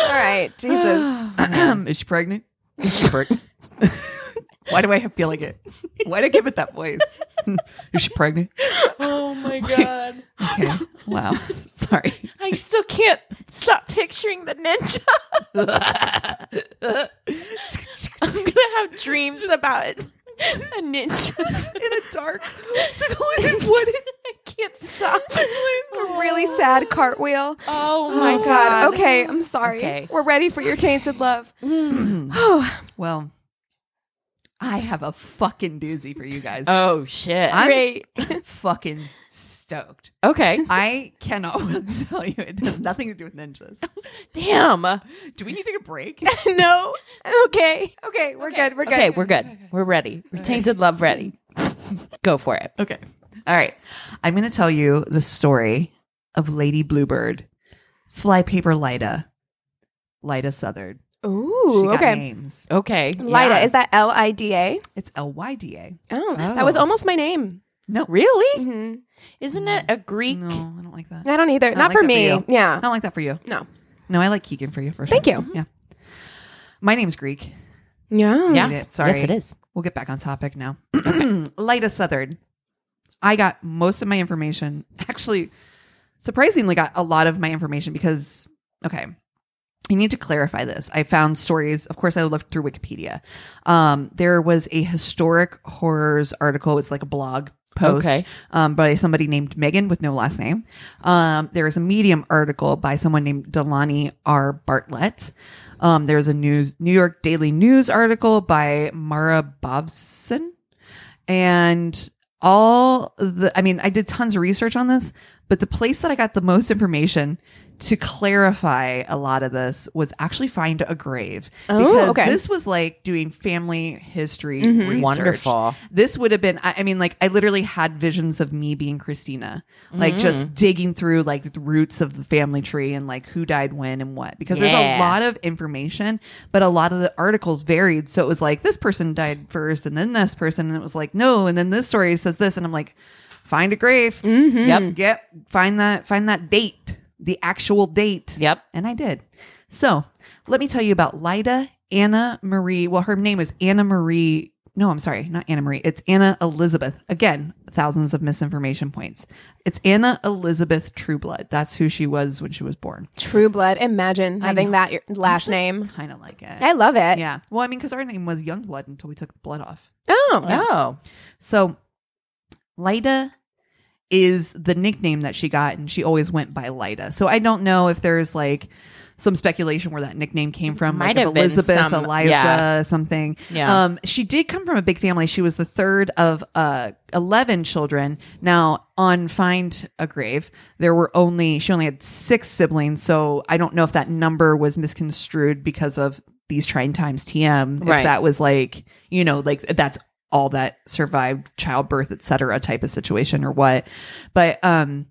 S2: right,
S3: [SIGHS]
S2: Jesus.
S1: Um, Is she pregnant? [LAUGHS] Why do I feel like it? Why did I give it that voice? [LAUGHS] Is she pregnant?
S3: oh [LAUGHS] my god.
S1: [LAUGHS] Okay. Wow. Sorry.
S3: I still can't stop picturing the ninja. [LAUGHS] I'm gonna have dreams about it. A ninja in a [LAUGHS] dark secluded wood. I can't [LAUGHS] stop.
S2: A really sad cartwheel.
S3: Oh
S2: Oh
S3: my
S2: God.
S3: god.
S2: Okay, I'm sorry.
S3: Okay.
S2: We're ready for your tainted love.
S1: Well, I have a fucking doozy for you guys.
S3: Oh shit.
S1: I'm
S2: Great.
S1: [LAUGHS] fucking stoked.
S2: [LAUGHS]
S3: okay.
S1: I cannot [LAUGHS] tell you. It has nothing to do with ninjas.
S3: Damn. We're
S1: Do we need to take a break?
S2: [LAUGHS] no. Okay. Okay, we're good. We're good.
S3: Okay, we're good. We're ready. We're tainted love ready. [LAUGHS] Go for it.
S1: Okay. All right. [LAUGHS] I'm going to tell you the story of Lady Bluebird, Flypaper Lyda, Lyda Southard. She
S2: Ooh.
S1: got
S2: Okay.
S1: names.
S3: Okay.
S2: Lida.
S3: Yeah.
S2: Is that L I D A?
S1: It's L Y D A.
S2: Oh,
S3: Oh.
S2: that was almost my name.
S1: No,
S3: really?
S2: hmm
S3: Isn't it a Greek?
S1: No, I don't like that.
S2: I don't either.
S1: Not
S2: Not,
S1: like
S2: for
S1: that for
S2: me.
S1: you. I
S2: yeah.
S1: don't like that for you.
S2: No.
S1: No, I like Keegan for you for sure.
S2: Thank you.
S1: Yeah. My name's Greek.
S2: Yeah.
S3: Yeah.
S1: Hate it. Sorry.
S3: Yes, it is.
S1: We'll get back on topic now. [CLEARS THROAT] Lyda Southard. I got most of my information. [LAUGHS] Actually, surprisingly, got a lot of my information because, okay, I need to clarify this. I found stories. Of course, I looked through Wikipedia. Um, there was a historic horrors article. It's like a blog post
S3: Okay.
S1: um, by somebody named Megan with no last name. Um, there is a Medium article by someone named Delaney R. Bartlett. Um, there's a news New York Daily News article by Mara Bobson and all the i mean i did tons of research on this but the place that i got the most information to clarify a lot of this was actually find a grave
S2: Oh, okay. Mm-hmm.
S1: this was like doing family history research.
S3: Wonderful.
S1: this would have been I, I mean like i literally had visions of me being christina like just digging through like the roots of the family tree and like who died when and what because there's a
S3: Yeah.
S1: lot lot of information, but a lot of the articles varied. So it was like this person died first, and then this person, and it was like no, and then this story says this, and I'm like, find a grave,
S3: Mm-hmm. Yep.
S1: yep, find that, find that date, the actual date,
S3: Yep.
S1: and I did. So let me tell you about Lyda Anna Marie. Well, her name is Anna Marie. No, I'm sorry, not Anna Marie. It's Anna Elizabeth. Again, thousands of misinformation points. It's Anna Elizabeth Trueblood. That's who she was when she was born.
S2: True blood. Imagine having
S1: know.
S2: that your
S1: [LAUGHS]
S2: last name.
S1: Kind of like it.
S2: I love it.
S1: Yeah. Well, I mean, because our name was Youngblood until we took the blood off.
S2: Oh.
S3: Oh.
S1: So Lyda is the nickname that she got, and she always went by Lyda. So I don't know if there's like some speculation where that nickname came from.
S3: Might
S1: like if
S3: have been
S1: Elizabeth,
S3: some-
S1: Eliza,
S3: yeah.
S1: something.
S3: Yeah.
S1: Um, she did come from a big family. She was the third of uh, 11 children. Now, on Find a Grave, there were only, she only had six siblings. So I don't know if that number was misconstrued because of these trying times TM. If
S3: Right.
S1: that was like, you know, like that's all that survived childbirth, et cetera, type of situation or what. But um,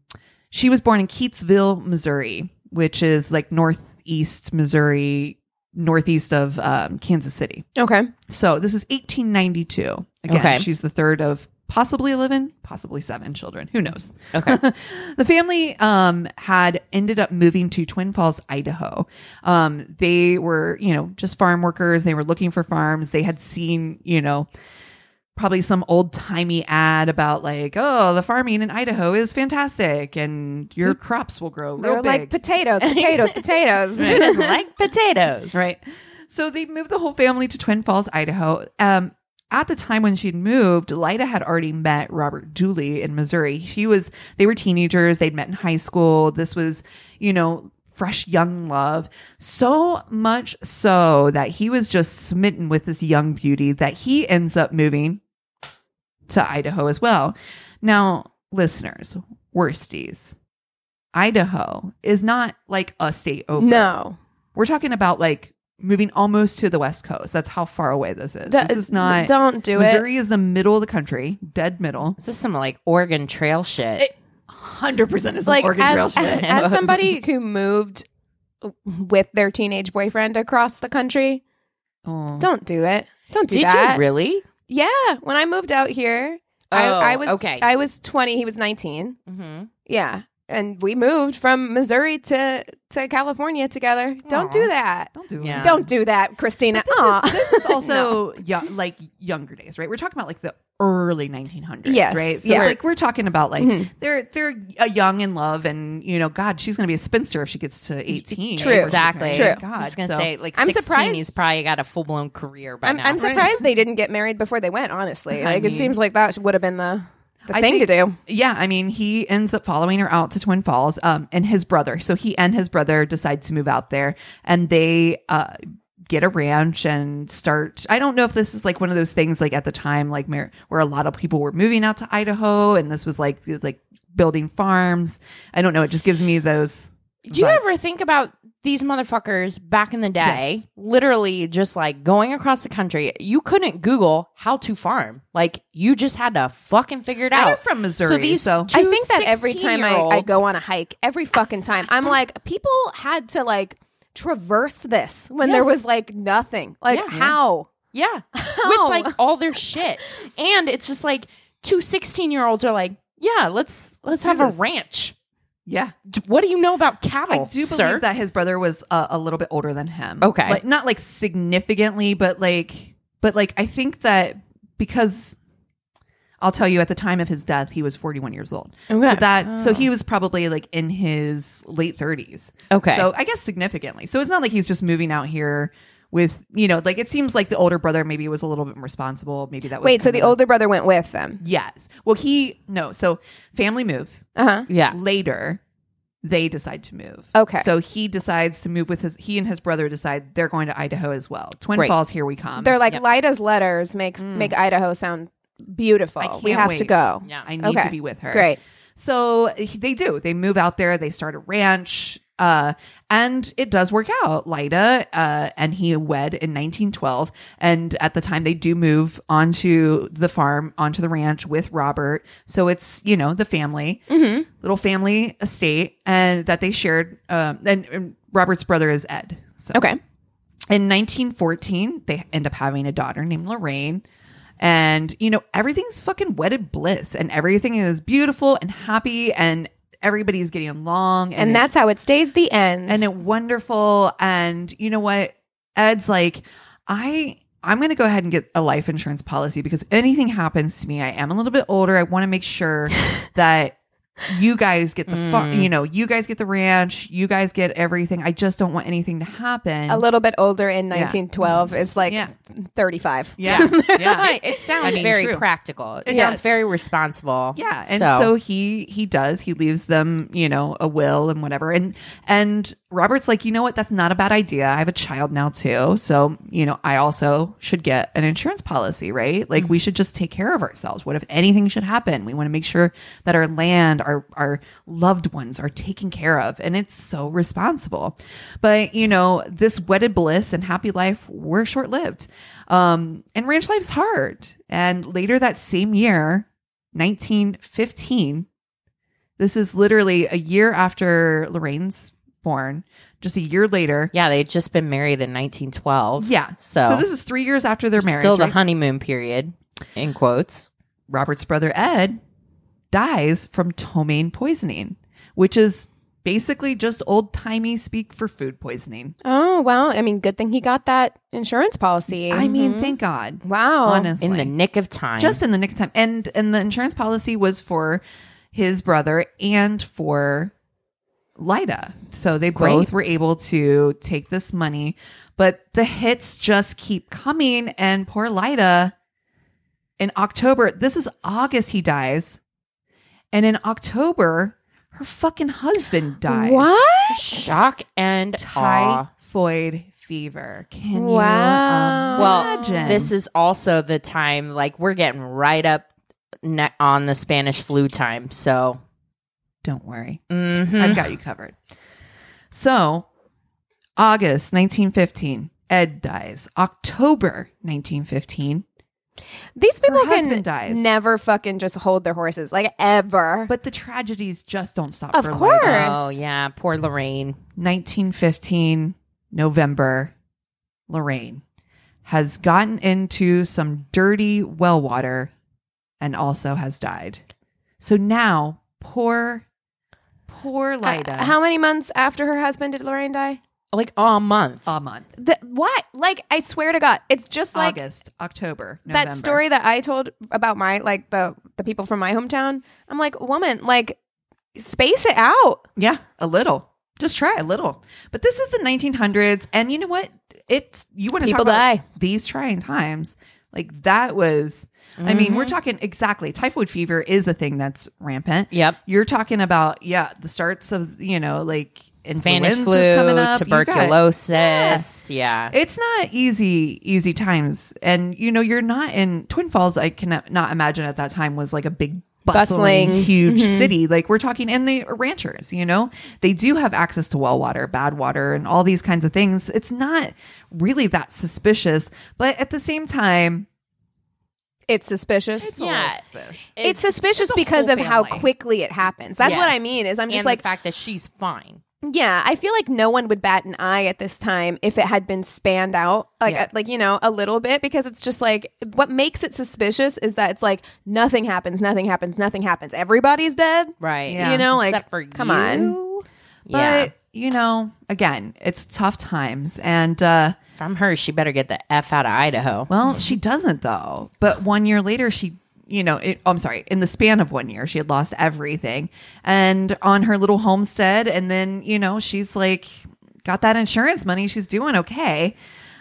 S1: she was born in Keatsville, Missouri, which is like northeast Missouri, northeast of um, Kansas City.
S2: Okay.
S3: [LAUGHS]
S1: So this is 1892. Again,
S3: Okay.
S1: she's the third of possibly 11, possibly seven children. Who knows?
S3: Okay.
S1: [LAUGHS] the family um, had ended up moving to Twin Falls, Idaho. Um, they were, you know, just farm workers. They were looking for farms. They had seen, you know, probably some old timey ad about like, oh, the farming in Idaho is fantastic and your
S3: Hmm.
S1: crops will grow
S2: They
S1: real
S2: were like
S1: big. [LAUGHS]
S2: potatoes, potatoes, potatoes.
S3: like potatoes.
S1: Right. So they moved the whole family to Twin Falls, Idaho. Um, at the time when she'd moved, Lyda had already met Robert Dooley in Missouri. She was, they were teenagers. They'd met in high school. This was, you know, fresh young love. So much so that he was just smitten with this young beauty that he ends up moving to Idaho as well. Now, listeners, worsties, Idaho is not like a state over.
S2: No.
S1: We're talking about like moving almost to the West Coast. That's how far away this is.
S2: That-
S1: this is not.
S2: Don't do it.
S1: Missouri is the middle of the country, dead middle.
S3: This is some like Oregon Trail shit.
S1: Hundred percent is
S2: Like
S1: like Oregon Trail
S3: [LAUGHS]
S2: as,
S1: shit. [LAUGHS]
S2: as somebody who moved with their teenage boyfriend across the country,
S1: Oh.
S2: don't do it. Don't do
S3: Did
S2: that.
S3: you really?
S2: yeah. When I moved out here, I,
S3: Oh,
S2: I was
S3: okay.
S2: I was twenty. He was nineteen.
S3: Mm-hmm.
S2: Yeah. And we moved from Missouri to, to California together. Don't
S1: Aw.
S2: do that.
S1: Don't do
S3: Yeah.
S1: it.
S2: Don't do that, Christina.
S1: This
S2: Aw.
S1: is, this is also yo- like younger days, right? We're talking about like the early 1900s,
S2: Yes,
S1: right? So
S2: yeah.
S1: like we're talking about like
S2: Mhm.
S1: they're they're uh, young in love, and you know, God, she's gonna be a spinster if she gets to 18.
S2: True.
S3: Exactly.
S2: True.
S1: God,
S3: I was gonna
S1: so-
S3: say like
S2: I'm
S3: 16,
S2: surprised-
S3: He's probably got a full blown career
S2: [LAUGHS]
S3: by
S2: I'm,
S3: now.
S2: I'm surprised they didn't get married before they went, honestly. Like, it
S1: mean-
S2: seems like that would have been the, the
S1: I
S2: thing
S1: think-
S2: to do.
S1: Yeah, I mean, he ends up following her out to Twin Falls, um, and his brother. So he and his brother decide to move out there, and they uh, get a ranch and start. I don't know if this is like one of those things like at the time, like mer- where a lot of people were moving out to Idaho, and this was like like building farms. I don't know. It just gives me those.
S3: Do you
S1: Right.
S3: ever think about these motherfuckers back in the day,
S1: Yes.
S3: literally just like going across the country? You couldn't Google how to farm. Like you just had to fucking figure it
S1: I'm
S3: out.
S1: from Missouri,
S3: So these
S1: so-
S3: two
S2: I think that every time I, I
S3: 16-year-olds
S2: go on a hike, every fucking time, I'm like, people had to like traverse this when there
S3: Yes.
S2: was like nothing. Like,
S3: Yeah.
S2: how?
S3: Yeah.
S2: How?
S3: [LAUGHS] With like all their shit. And it's just like two 16 year olds are like, yeah, let's let's have a
S1: this.
S3: ranch.
S1: Yeah,
S3: D- What do you know about cattle?
S1: I do believe
S3: sir?
S1: that his brother was uh, a little bit older than him.
S3: Okay.
S1: like not like significantly, but like, but like I think that because I'll tell you, at the time of his death, he was forty-one years old.
S3: Okay. Oh.
S1: So that so he was probably like in his late thirties.
S3: Okay.
S1: so I guess significantly. So it's not like he's just moving out here with you know like it seems like the older brother maybe was a little bit more responsible. Maybe that was
S2: Wait, so
S1: kind
S2: the
S1: of-
S2: older brother went with them.
S1: yes. Well, he no. So family moves
S2: Uh huh.
S3: yeah.
S1: later they decide to move.
S2: Okay.
S1: So he decides to move with his he and his brother decide they're going to Idaho as well. Twin
S3: Great.
S1: Falls, here we come.
S2: They're like,
S3: Yep.
S2: Lida's letters makes make Idaho
S1: Mm.
S2: sound
S1: I
S2: beautiful.
S1: can't
S2: We have to
S1: wait.
S2: go.
S3: Yeah.
S1: I need
S2: Okay.
S1: to be with her.
S2: Great.
S1: So he- they do. They move out there, they start a ranch. Uh, and it does work out. Lida uh, and he wed in 1912. And at the time, they do move onto the farm, onto the ranch with Robert. So it's, you know, the family.
S2: Mm-hmm.
S1: little family estate and that they shared um and, and robert's brother is ed so
S2: Okay.
S1: in 1914 they end up having a daughter named lorraine and you know everything's fucking wedded bliss and everything is beautiful and happy and everybody's getting along
S2: And
S1: it's-
S2: that's how it stays the end.
S1: and it wonderful and you know what ed's like i i'm going to go ahead and get a life insurance policy because anything happens to me i am a little bit older i want to make
S2: [LAUGHS]
S1: sure that you guys get the fun
S2: Mm.
S1: you know you guys get the ranch you guys get everything i just don't want anything to happen
S2: a little bit older in 1912 is like
S1: Yeah.
S2: 35.
S1: yeah yeah
S3: Right. It sounds
S1: I mean,
S3: very
S1: true.
S3: practical.
S1: Yes.
S3: It sounds very responsible.
S1: Yeah, and so. he he does. He leaves them, you know, a will and whatever. And and Robert's like, you know what? That's not a bad idea. I have a child now too, so you know, I also should get an insurance policy, right? Like we should just take care of ourselves. What if anything should happen? We want to make sure that our land, our our loved ones are taken care of, and it's so responsible. But you know, this wedded bliss and happy life were short lived. Um, and ranch life's hard. And later that same year, 1915. This is literally a year after Lorraine's born, just a year later.
S3: yeah, they'd just been married in 1912.
S1: Yeah.
S3: So,
S1: this is three years after their marriage.
S3: still the
S1: right?
S3: honeymoon period, in quotes.
S1: Robert's brother Ed dies from ptomaine poisoning, which is basically just old timey speak for food poisoning.
S2: Oh, well, I mean, good thing he got that insurance policy.
S1: I mean, thank God.
S2: wow.
S1: Honestly.
S3: Mm-hmm. In the nick of time.
S1: just in the nick of time. And and the insurance policy was for his brother and for Lida. So they
S3: Great.
S1: both were able to take this money, but the hits just keep coming and poor Lida in October, this is August he dies. And in October, Her fucking husband died.
S2: What?
S3: Shock and awe.
S1: Typhoid fever. Can
S2: Wow.
S1: you
S3: Well,
S1: imagine?
S3: this is also the time, like, we're getting right up ne- on the Spanish flu time. So,
S1: Don't worry.
S3: mhm.
S2: Mm.
S1: I've got you covered. So, August 1915, Ed dies. October 1915,
S2: These people can
S1: husband dies.
S2: never fucking just hold their horses, like ever.
S1: but the tragedies just don't stop.
S2: Of
S1: for Lloyd.
S2: course.
S3: oh, yeah. Poor Lorraine.
S1: 1915, November, Lorraine has gotten into some dirty well water and also has died. So now, poor, poor Lyda.
S2: Uh, how many months after her husband did Lorraine die?
S3: Like, a month.
S1: a month.
S2: Th- what? Like, I swear to God, it's just like
S1: August, October, November.
S2: that story that I told about my like the the people from my hometown. I'm like, woman, like, space it out.
S1: Yeah, a little. Just try a little. But this is the 1900s, and you know what? It's you want to
S3: People
S1: talk about
S3: die.
S1: these trying times. Like that was. I mean,
S3: Mm-hmm.
S1: we're talking exactly. Typhoid fever is a thing that's rampant.
S3: Yep.
S1: You're talking about yeah the starts of you know like
S3: Spanish
S1: influenza's coming
S3: flu,
S1: up. You got-
S3: tuberculosis. Yeah.
S1: it's not easy easy times and you know you're not in twin falls i cannot not imagine at that time was like a big bustling,
S2: Bustling.
S1: huge city like we're talking and the ranchers you know they do have access to well water bad water and all these kinds of things it's not really that suspicious but at the same time
S2: It's suspicious.
S1: it's a
S3: Yeah.
S1: little suspicious.
S2: it's suspicious because of
S1: whole
S2: how
S1: family.
S2: quickly it happens. That's what I
S3: Yes.
S2: mean. Is I'm
S3: And
S2: just like,
S3: the fact that she's fine.
S2: yeah, I feel like no one would bat an eye at this time if it had been spanned out, like,
S1: Yeah.
S2: uh, like you know, a little bit, because it's just like what makes it suspicious is that it's like nothing happens, nothing happens, nothing happens. Everybody's dead,
S3: Right.
S1: Yeah.
S2: you know, like
S3: Except for
S2: come
S3: you.
S2: on,
S3: Yeah.
S1: but you know again it's tough times and uh
S3: if I'm her, she better get the F out of Idaho.
S1: Well, she doesn't though. But one year later, she, you know, it, oh, I'm sorry, in the span of one year, she had lost everything, and on her little homestead, and then you know, she's like got that insurance money. She's doing okay.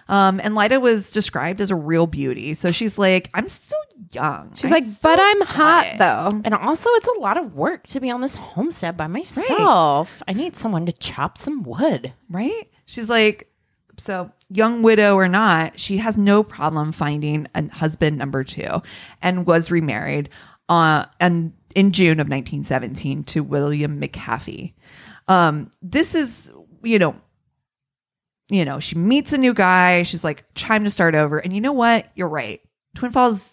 S1: Um, and Lyda was described as a real beauty, so she's like, I'm still young.
S2: she's
S1: I
S2: like,
S1: still
S2: but I'm
S1: got
S2: hot
S1: it."
S2: though.
S3: And also, it's a lot of work to be on this homestead by myself. I need someone to chop some wood.
S1: right? She's like, so young widow or not, she has no problem finding a husband number two, and was remarried uh, and in June of 1917 to William McAfee. Um, this is, you know, you know, she meets a new guy. She's like, time to start over. And you know what? You're right. Twin Falls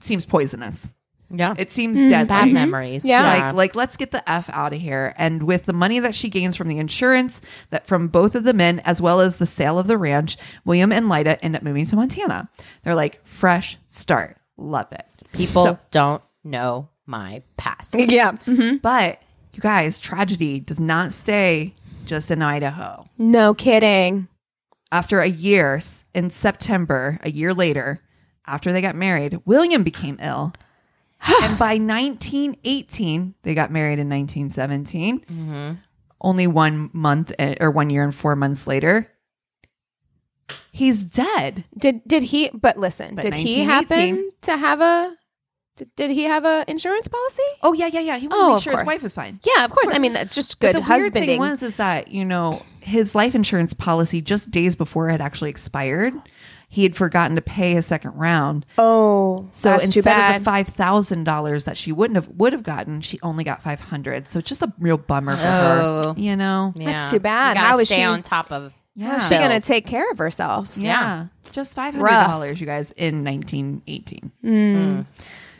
S1: seems poisonous.
S3: Yeah.
S1: It seems deadly.
S3: Bad memories.
S2: Yeah.
S1: Like, like let's get the f out of here. And with the money that she gains from the insurance that from both of the men, as well as the sale of the ranch, William and Lyda end up moving to Montana. They're like fresh start, love it.
S3: People
S1: So-
S3: don't know my past.
S2: Yeah,
S1: but you guys, tragedy does not stay just in Idaho.
S2: no kidding.
S1: After a year s- in September, a year later, after they got married, William became
S2: [SIGHS]
S1: ill. and by 1918, they got married in 1917.
S2: Mm-hmm.
S1: Only one month eh, or one year and four months later, he's dead.
S2: Did did he? But listen,
S1: But
S2: did he
S1: 1918
S2: happen to have a? Did, did he have a insurance policy?
S1: Oh yeah, yeah, yeah. He wanted
S2: Oh,
S1: to make
S2: of
S1: sure his
S2: course.
S1: wife was fine.
S2: Yeah, of course. I mean, that's just good
S1: the
S2: husbanding.
S1: Weird thing was is that you know his life insurance policy just days before it had actually expired. He had forgotten to pay his second round,
S2: oh,
S1: so
S2: that's
S1: instead
S2: too bad.
S1: of the five thousand dollars that she wouldn't have would have gotten, she only got five hundred. So it's just a real bummer for
S3: Oh.
S1: her, you know. Yeah,
S2: too bad.
S3: You gotta
S2: How is
S3: stay
S2: she-
S3: on top of
S1: Yeah.
S2: She's gonna
S3: bills.
S2: take care of herself.
S3: Yeah.
S1: just five hundred dollars, you guys, in nineteen eighteen. Mm.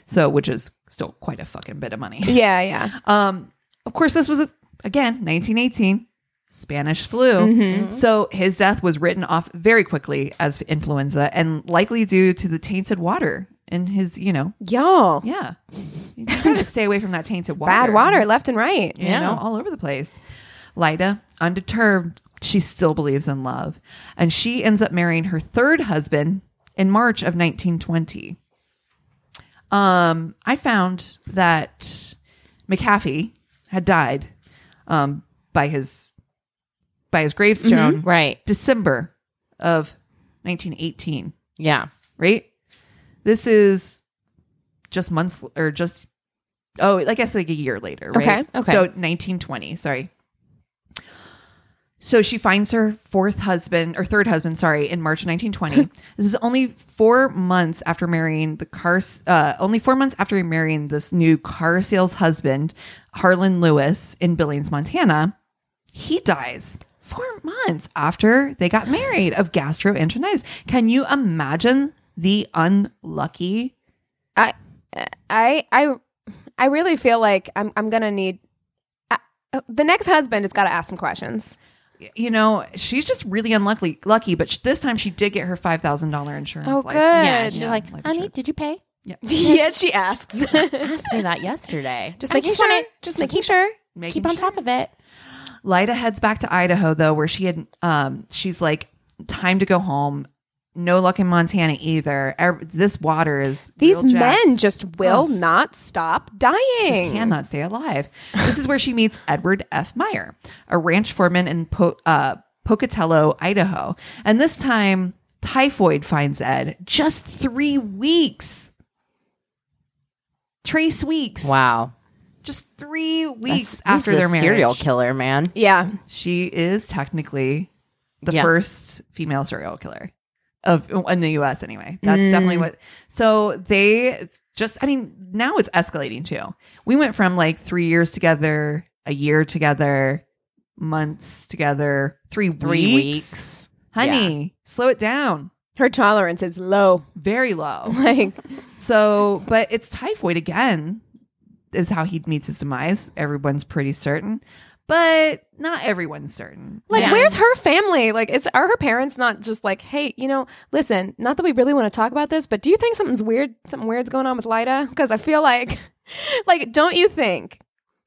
S1: So, which is still quite a fucking bit of money.
S2: Yeah, yeah.
S1: Um, of course, this was again 1918 Spanish flu. So his death was written off very quickly as influenza, and likely due to the tainted water in his. You know,
S2: Y'all,
S1: yeah, you [LAUGHS] gotta stay away from that tainted water.
S2: bad water left and right.
S1: you know, all over the place. Lyda, undeterred, she still believes in love, and she ends up marrying her third husband in March of 1920. Um, I found that McAfee had died um, by his by his gravestone
S3: Right.
S1: December of 1918.
S3: Yeah.
S1: Right, this is just months or just oh, I guess like a year later, right?
S2: Okay, okay.
S1: So 1920, sorry. So she finds her fourth husband or third husband, sorry, in March
S2: [LAUGHS]
S1: 1920. this is only four months after marrying the car, s- uh, only four months after marrying this new car sales husband, Harlan Lewis, in Billings, Montana. He dies four months after they got married of gastroenteritis. Can you imagine the unlucky?
S2: I I I I really feel like I'm I'm gonna need I, the next husband has got to ask some questions.
S1: You know, she's just really unlucky, lucky. But sh- this time she did get her five thousand dollar insurance.
S2: Oh,
S1: life-
S2: good.
S3: Yeah,
S2: Yeah,
S3: she's
S1: yeah,
S3: like,
S1: life
S3: honey,
S1: insurance.
S3: did you pay?
S2: yeah, she [LAUGHS] asks.
S3: Asked me that yesterday.
S2: just
S3: I
S2: making sure.
S3: wanna [LAUGHS]
S2: just making sure.
S1: Making
S3: keep on
S1: sure.
S3: top of it.
S1: Lida heads back to Idaho though, where she had um she's like, time to go home. No luck in Montana either. Ev- This water is
S2: These
S1: real jacked.
S2: men just will not stop dying.
S1: cannot stay alive. This is where she meets Edward F. Meyer, a ranch foreman in po- uh, Pocatello, Idaho. And this time, typhoid finds Ed just three weeks. Trace weeks.
S3: Wow.
S1: Just three weeks
S3: That's-
S1: after
S3: this
S1: their
S3: is a
S1: marriage.
S3: serial killer, man.
S2: yeah,
S1: She is technically the
S3: Yeah.
S1: first female serial killer of in the US anyway. That's
S3: Mm.
S1: definitely what so they just I mean, now it's escalating too. We went from like three years together, a year together, months together, three,
S3: Three weeks.
S1: Honey, slow it down.
S2: her tolerance is low. [LAUGHS]
S1: Very
S3: [LAUGHS]
S1: low.
S2: Like
S1: So, but it's typhoid again, is how he meets his demise. Everyone's pretty certain, but not everyone's certain.
S2: Like,
S3: Yeah.
S2: where's her family? Like, it's are her parents not just like, hey, you know, listen, not that we really want to talk about this, but do you think something's weird? Something weird's going on with Lyda? Because I feel like, [LAUGHS] like, don't you think?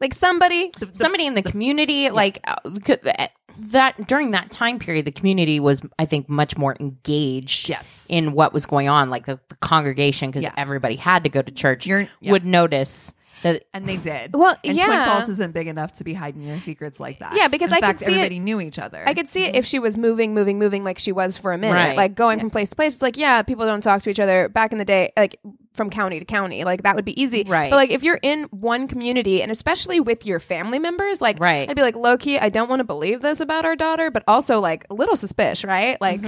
S2: Like somebody,
S3: Somebody in the community, like uh, could- that- that during that time period, the community was, I think, much more engaged
S1: Yes.
S3: in what was going on. Like the, the congregation, because
S1: Yeah.
S3: everybody had to go to church,
S1: You're- yeah.
S3: would notice that
S1: And they did.
S2: Well,
S1: and Twin
S2: yeah.
S1: Falls isn't big enough to be hiding your secrets like that.
S2: Yeah, because
S1: In
S2: I could
S1: fact,
S2: see it-
S1: everybody knew each other.
S2: I could see it if she was moving, moving, moving, like she was for a minute,
S3: Right.
S2: like going from place to place. It's like, yeah, people don't talk to each other back in the day, like from county to county, like that would be easy.
S3: Right.
S2: But like if you're in one community and especially with your family members, like,
S3: Right.
S2: I'd be like, low key, I don't want to believe this about our daughter, but also like a little suspicious,
S3: Mm-hmm.
S2: right? Like,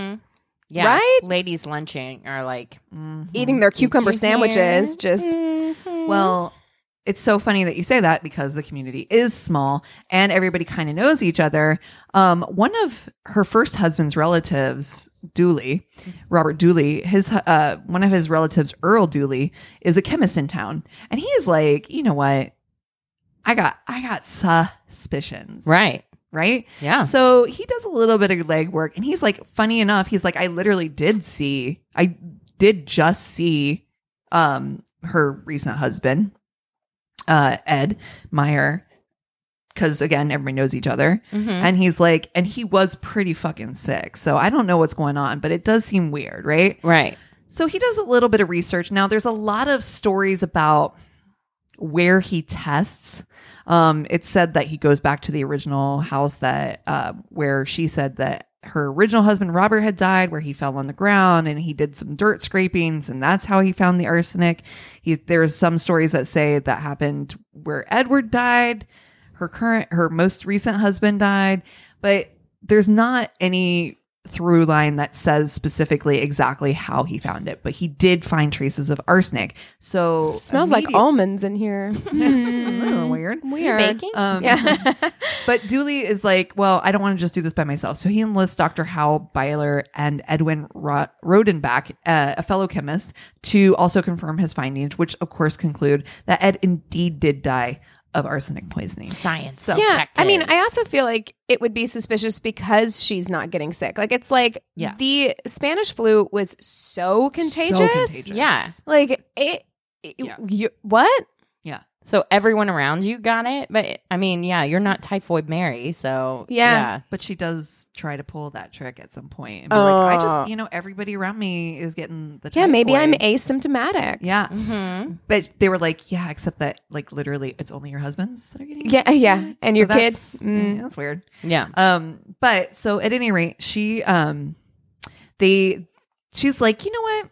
S3: yeah,
S2: Right?
S3: ladies lunching are like
S2: eating their cucumber
S3: you Mm,
S2: sandwiches. Just
S1: Well, it's so funny that you say that because the community is small and everybody kind of knows each other. Um, one of her first husband's relatives, Dooley,
S2: Mm-hmm.
S1: Robert Dooley, his hu- uh, one of his relatives, Earl Dooley, is a chemist in town, and he is like, you know what? I got I got suspicions,
S3: right,
S1: Right?
S3: yeah,
S1: So he does a little bit of legwork and he's like, funny enough, he's like, I literally did see, I did just see um her recent husband, uh, Ed Meyer, because again, everybody knows each other.
S3: Mhm.
S1: And he's like, and he was pretty fucking sick. So I don't know what's going on, but it does seem weird, right?
S3: right,
S1: So he does a little bit of research. Now, there's a lot of stories about where he tests. Um, it's said that he goes back to the original house that uh, where she said that her original husband Robert had died, where he fell on the ground and he did some dirt scrapings, and that's how he found the arsenic. He, there's some stories that say that happened where Edward died. Her current, her most recent husband died, but there's not any through line that says specifically exactly how he found it, but he did find traces of arsenic. So
S2: smells like
S1: immediate-
S2: almonds in
S3: [LAUGHS]
S2: here.
S1: a [LAUGHS] little weird.
S2: Weird.
S3: baking?
S1: Um,
S2: Yeah.
S1: Mm-hmm. but Dooley is like, well, I don't want to just do this by myself. So he enlists Dr. Howell Byler and Edwin Ro- Rodenbach, uh, a fellow chemist, to also confirm his findings, which of course conclude that Ed indeed did die of arsenic poisoning.
S3: science.
S1: So-
S2: yeah, I mean,
S3: detectives.
S2: I also feel like it would be suspicious because she's not getting sick. Like it's like
S1: Yeah.
S2: the Spanish flu was so contagious.
S1: So contagious.
S3: Yeah.
S2: Like it, it-
S1: Yeah.
S2: you, what?
S1: Yeah.
S3: So everyone around you got it, but I mean, yeah, you're not typhoid Mary, so
S2: Yeah.
S1: But she does try to pull that trick at some point and be like, I just, you know, everybody around me is getting the
S2: Yeah, maybe I'm
S1: typhoid.
S2: asymptomatic.
S1: Yeah.
S3: hmm
S1: But they were like, yeah, except that, like, literally, it's only your husbands that are getting
S2: Yeah, yeah, and your kid.
S1: that's-
S2: Mm.
S1: yeah, that's weird.
S3: Yeah.
S1: Um, but so at any rate, she um they she's like, you know what?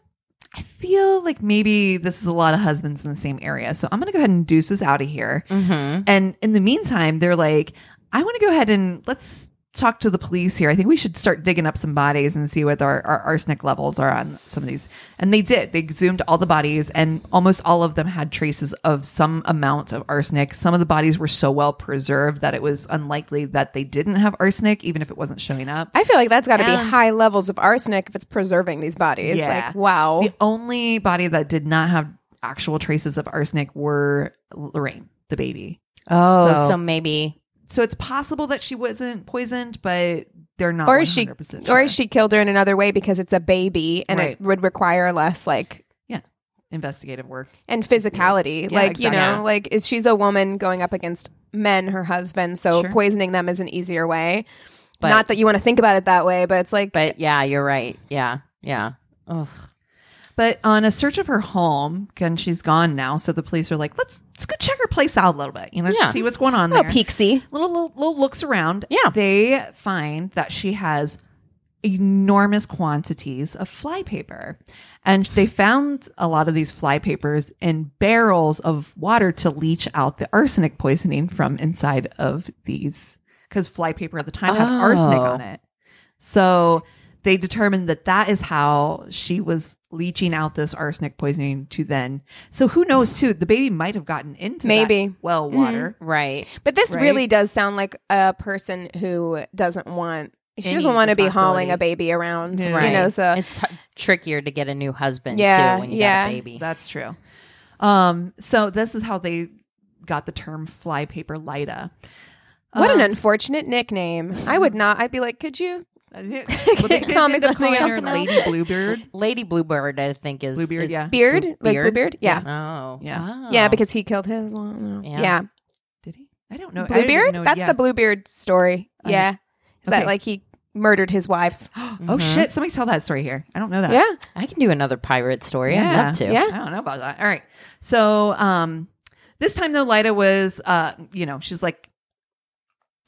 S1: I feel like maybe this is a lot of husbands in the same area. So I'm going to go ahead and deuce this out of here.
S3: Mm-hmm.
S1: And in the meantime, they're like, I want to go ahead and let's talk to the police here. I think we should start digging up some bodies and see what our, our arsenic levels are on some of these. And they did. They exhumed all the bodies, and almost all of them had traces of some amount of arsenic. Some of the bodies were so well preserved that it was unlikely that they didn't have arsenic, even if it wasn't showing up.
S2: I feel like that's got to be
S3: And-
S2: high levels of arsenic if it's preserving these bodies.
S1: Yeah.
S2: Like, wow.
S1: The only body that did not have actual traces of arsenic were Lorraine, the baby.
S3: Oh,
S1: So-
S3: so, maybe.
S1: So it's possible that she wasn't poisoned, but they're not.
S2: Or is she-
S1: 100%
S2: Or
S1: sure.
S2: she killed her in another way because it's a baby and
S1: Right.
S2: it would require less like
S1: investigative work.
S2: and physicality.
S1: Yeah,
S2: like, you
S1: exactly.
S2: know,
S1: Yeah.
S2: like is she's a woman going up against men, her husband, so
S1: Sure.
S2: poisoning them is an easier way.
S3: But-
S2: Not that you want to think about it that way, but it's like
S3: But yeah, you're right. Yeah. Yeah. Ugh.
S1: But on a search of her home, and she's gone now, so the police are like, let's let's go check her place out a little bit, you know,
S3: Yeah.
S1: just see what's going on
S2: oh,
S1: there.
S2: Pixie.
S1: Little, little little looks around.
S3: Yeah.
S1: they find that she has enormous quantities of fly paper, and they found a lot of these fly papers in barrels of water to leach out the arsenic poisoning from inside of these because fly paper at the time had
S3: Oh.
S1: arsenic on it. So they determined that that is how she was leaching out this arsenic poisoning to then. So who knows too? The baby might have gotten into that
S2: Maybe.
S1: well
S3: Mm-hmm.
S1: water.
S3: Right.
S2: But this
S1: Right?
S2: really does sound like a person who doesn't want she
S1: Any
S2: doesn't want to be hauling
S1: responsibility.
S2: a baby around.
S1: Yeah.
S3: Right.
S2: You know, so
S3: it's h- trickier to get a new husband
S2: Yeah,
S3: too when you
S2: yeah.
S3: got a baby.
S1: That's true. Um, so this is how they got the term fly paper lida. Um,
S2: what [LAUGHS] an unfortunate nickname. I would not I'd be like, could you
S1: well, they did
S2: Call me
S1: end up
S2: something
S1: calling her
S2: else.
S1: Lady Bluebeard.
S3: Lady Bluebird, I think, is
S1: Bluebeard,
S3: is
S1: yeah.
S2: beard? Like
S3: Beard?
S2: Bluebeard? Yeah.
S3: Oh,
S1: Yeah.
S2: yeah.
S3: Oh.
S2: because he killed his one.
S3: Yeah.
S2: yeah.
S1: Did he? I don't know. I didn't
S2: Bluebeard?
S1: know
S2: That's
S1: yet.
S2: the Bluebeard story.
S1: I-
S2: yeah. Is
S1: okay.
S2: that like he murdered his [GASPS] wives?
S1: Oh shit! Somebody tell that story here. I don't know that.
S2: Mm-hmm. yeah.
S3: I can do another pirate story.
S1: Yeah.
S3: I'd love to.
S2: Yeah.
S1: I don't know about that. All right. So um this time though, Lida was uh, you know, she's like,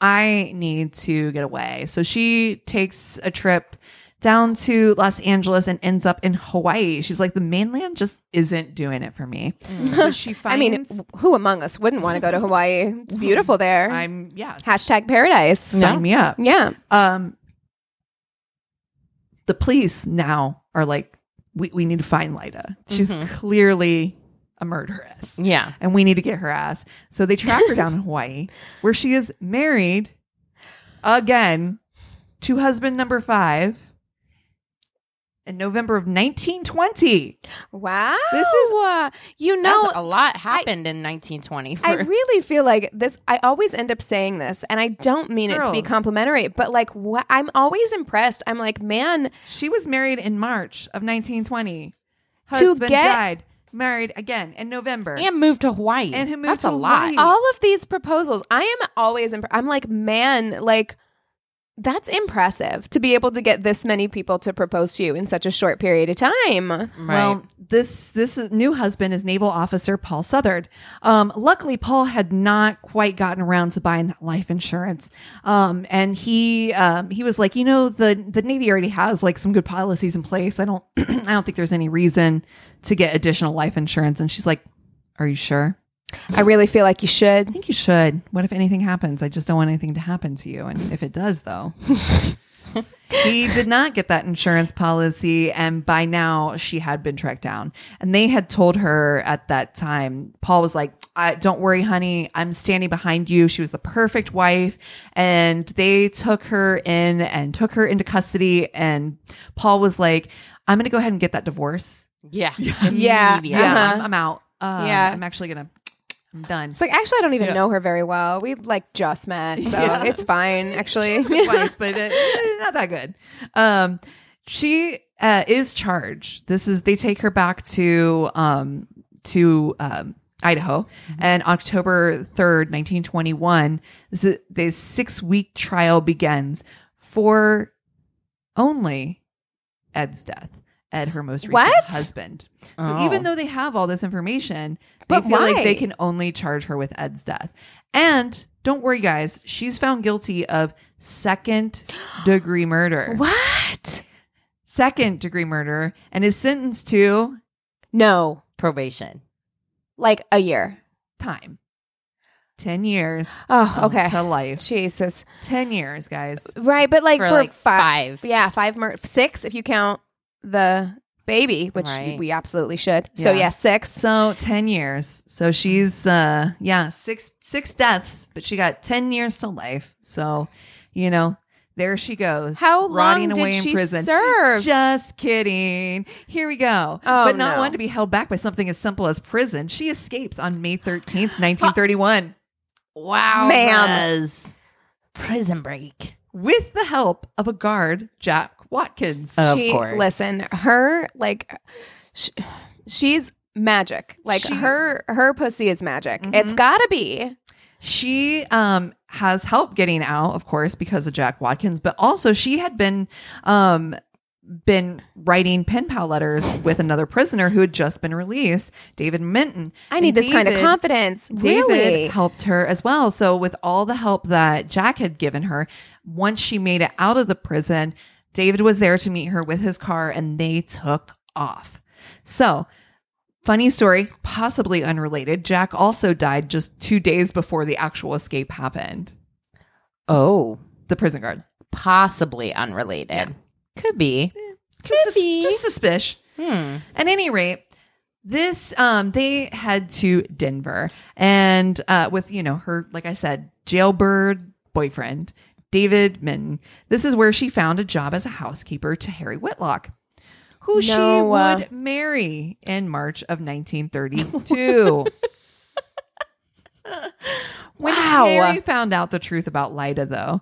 S1: I need to get away. So she takes a trip down to Los Angeles and ends up in Hawaii. She's like, the mainland just isn't doing it for me. So she finds
S2: Mm. [LAUGHS] I mean, who among us wouldn't want to go to Hawaii? It's
S1: [LAUGHS]
S2: beautiful there.
S1: I'm yes.
S2: Hashtag paradise.
S1: sign me up.
S2: Yeah.
S1: um the police now are like we, we need to find lida she's
S2: Mm-hmm.
S3: Mhm.
S1: clearly a murderess
S3: Yeah.
S1: and we need to get her ass so they track her
S2: [LAUGHS]
S1: down in hawaii where she is married again to husband number five in november of 1920
S2: Wow.
S1: This
S2: is uh, you
S3: No,
S2: know
S3: a lot happened in 1920. For,
S2: I really feel like this. I always end up saying this, and I don't mean it to be
S1: Girl.
S2: complimentary, but like, wha- I'm always impressed. I'm like, man,
S1: she was married in march of 1920
S2: To
S1: husband
S2: get-
S1: died married again in november
S3: and moved to Hawaii.
S1: And moved
S3: That's
S1: to
S3: a lot.
S1: Hawaii.
S2: all of these proposals, I am always. Imp- I'm like, man, like. That's impressive to be able to get this many people to propose to you in such a short period of time.
S3: Right.
S1: Well, this this new husband is naval officer Paul Southard. Um, luckily, Paul had not quite gotten around to buying that life insurance, um, and he um, he was like, you know, the the Navy already has like some good policies in place. I don't [CLEARS THROAT] I don't think there's any reason to get additional life insurance. And she's like, Are you sure?
S2: I really feel like you should.
S1: I think you should. What if anything happens? I just don't want anything to happen to you. And if it does, though, he did not get that insurance policy. And by now, she had been tracked down. And they had told her at that time, Paul was like, I, Don't worry, honey. I'm standing behind you. She was the perfect wife. And they took her in and took her into custody. And Paul was like, I'm going to go ahead and get that divorce.
S3: yeah. [LAUGHS]
S2: Yeah.
S1: Yeah,
S2: Uh-huh.
S1: I'm, I'm out. Um,
S2: Yeah.
S1: I'm actually going to, I'm done.
S2: It's like actually, I don't even
S1: Yeah.
S2: know her very well. We like just met, so
S1: Yeah.
S2: it's fine.
S1: [LAUGHS]
S2: Actually,
S1: She's a good wife, but uh, not that good. Um, she uh, is charged. This is they take her back to um, to um, Idaho,
S2: Mm-hmm.
S1: and October third, nineteen twenty one. This is this six week trial begins for only Ed's death. Ed, her most recent
S2: What?
S1: husband. So
S3: Oh.
S1: even though they have all this information, they
S2: But
S1: feel like
S2: why?
S1: they can only charge her with Ed's death. And don't worry, guys,
S2: [GASPS]
S1: she's found guilty of second degree murder.
S2: [LAUGHS] what?
S1: second degree murder and is sentenced to
S2: No,
S3: Probation.
S2: like a year.
S1: time 10 years
S2: Oh, okay.
S1: to life
S2: Jesus.
S1: 10 years guys
S2: Right, but like for,
S3: for, like
S2: five,
S3: five.
S2: Yeah, five mur- six if you count the baby, which
S3: Right.
S2: we absolutely should. So
S1: Yeah.
S2: yeah, six.
S1: so 10 years so she's uh yeah six six deaths but she got 10 years to life so you know there she goes
S2: How long
S1: rotting away
S2: did
S1: in
S2: she
S1: prison
S2: serve?
S1: Just kidding. Here we go.
S2: Oh,
S1: but not
S2: no.
S1: one to be held back by something as simple as prison. She escapes on May
S2: [GASPS]
S1: 13th, 1931,
S3: Wow.
S2: Ma'am.
S3: Prison break.
S1: with the help of a guard, Jack Watkins.
S3: Of
S2: she,
S3: course.
S2: Listen, her like, sh- she's magic. Like
S1: She-
S2: her her pussy is magic. It's gotta be.
S1: She um has help getting out, of course, because of Jack Watkins, but also she had been um been writing pen pal letters with another prisoner who had just been released, David Minton.
S2: I need
S1: And
S2: this kind of
S1: David-
S2: confidence.
S1: David
S2: really?
S1: helped her as well. So with all the help that Jack had given her, once she made it out of the prison, David was there to meet her with his car and they took off. So Funny story, possibly unrelated. Jack also died just two days before the actual escape happened.
S3: Oh,
S1: The prison guard.
S3: possibly unrelated. Could be.
S1: Just, sus-
S3: Maybe.
S1: just suspicious.
S3: Hmm.
S1: At any rate, this um they had to Denver and uh with you know her like I said jailbird boyfriend David Minton. This is where she found a job as a housekeeper to Harry Whitlock, who she
S2: No, uh,
S1: would marry in March of 1932. When
S2: Wow.
S1: Harry found out the truth about Lida, though,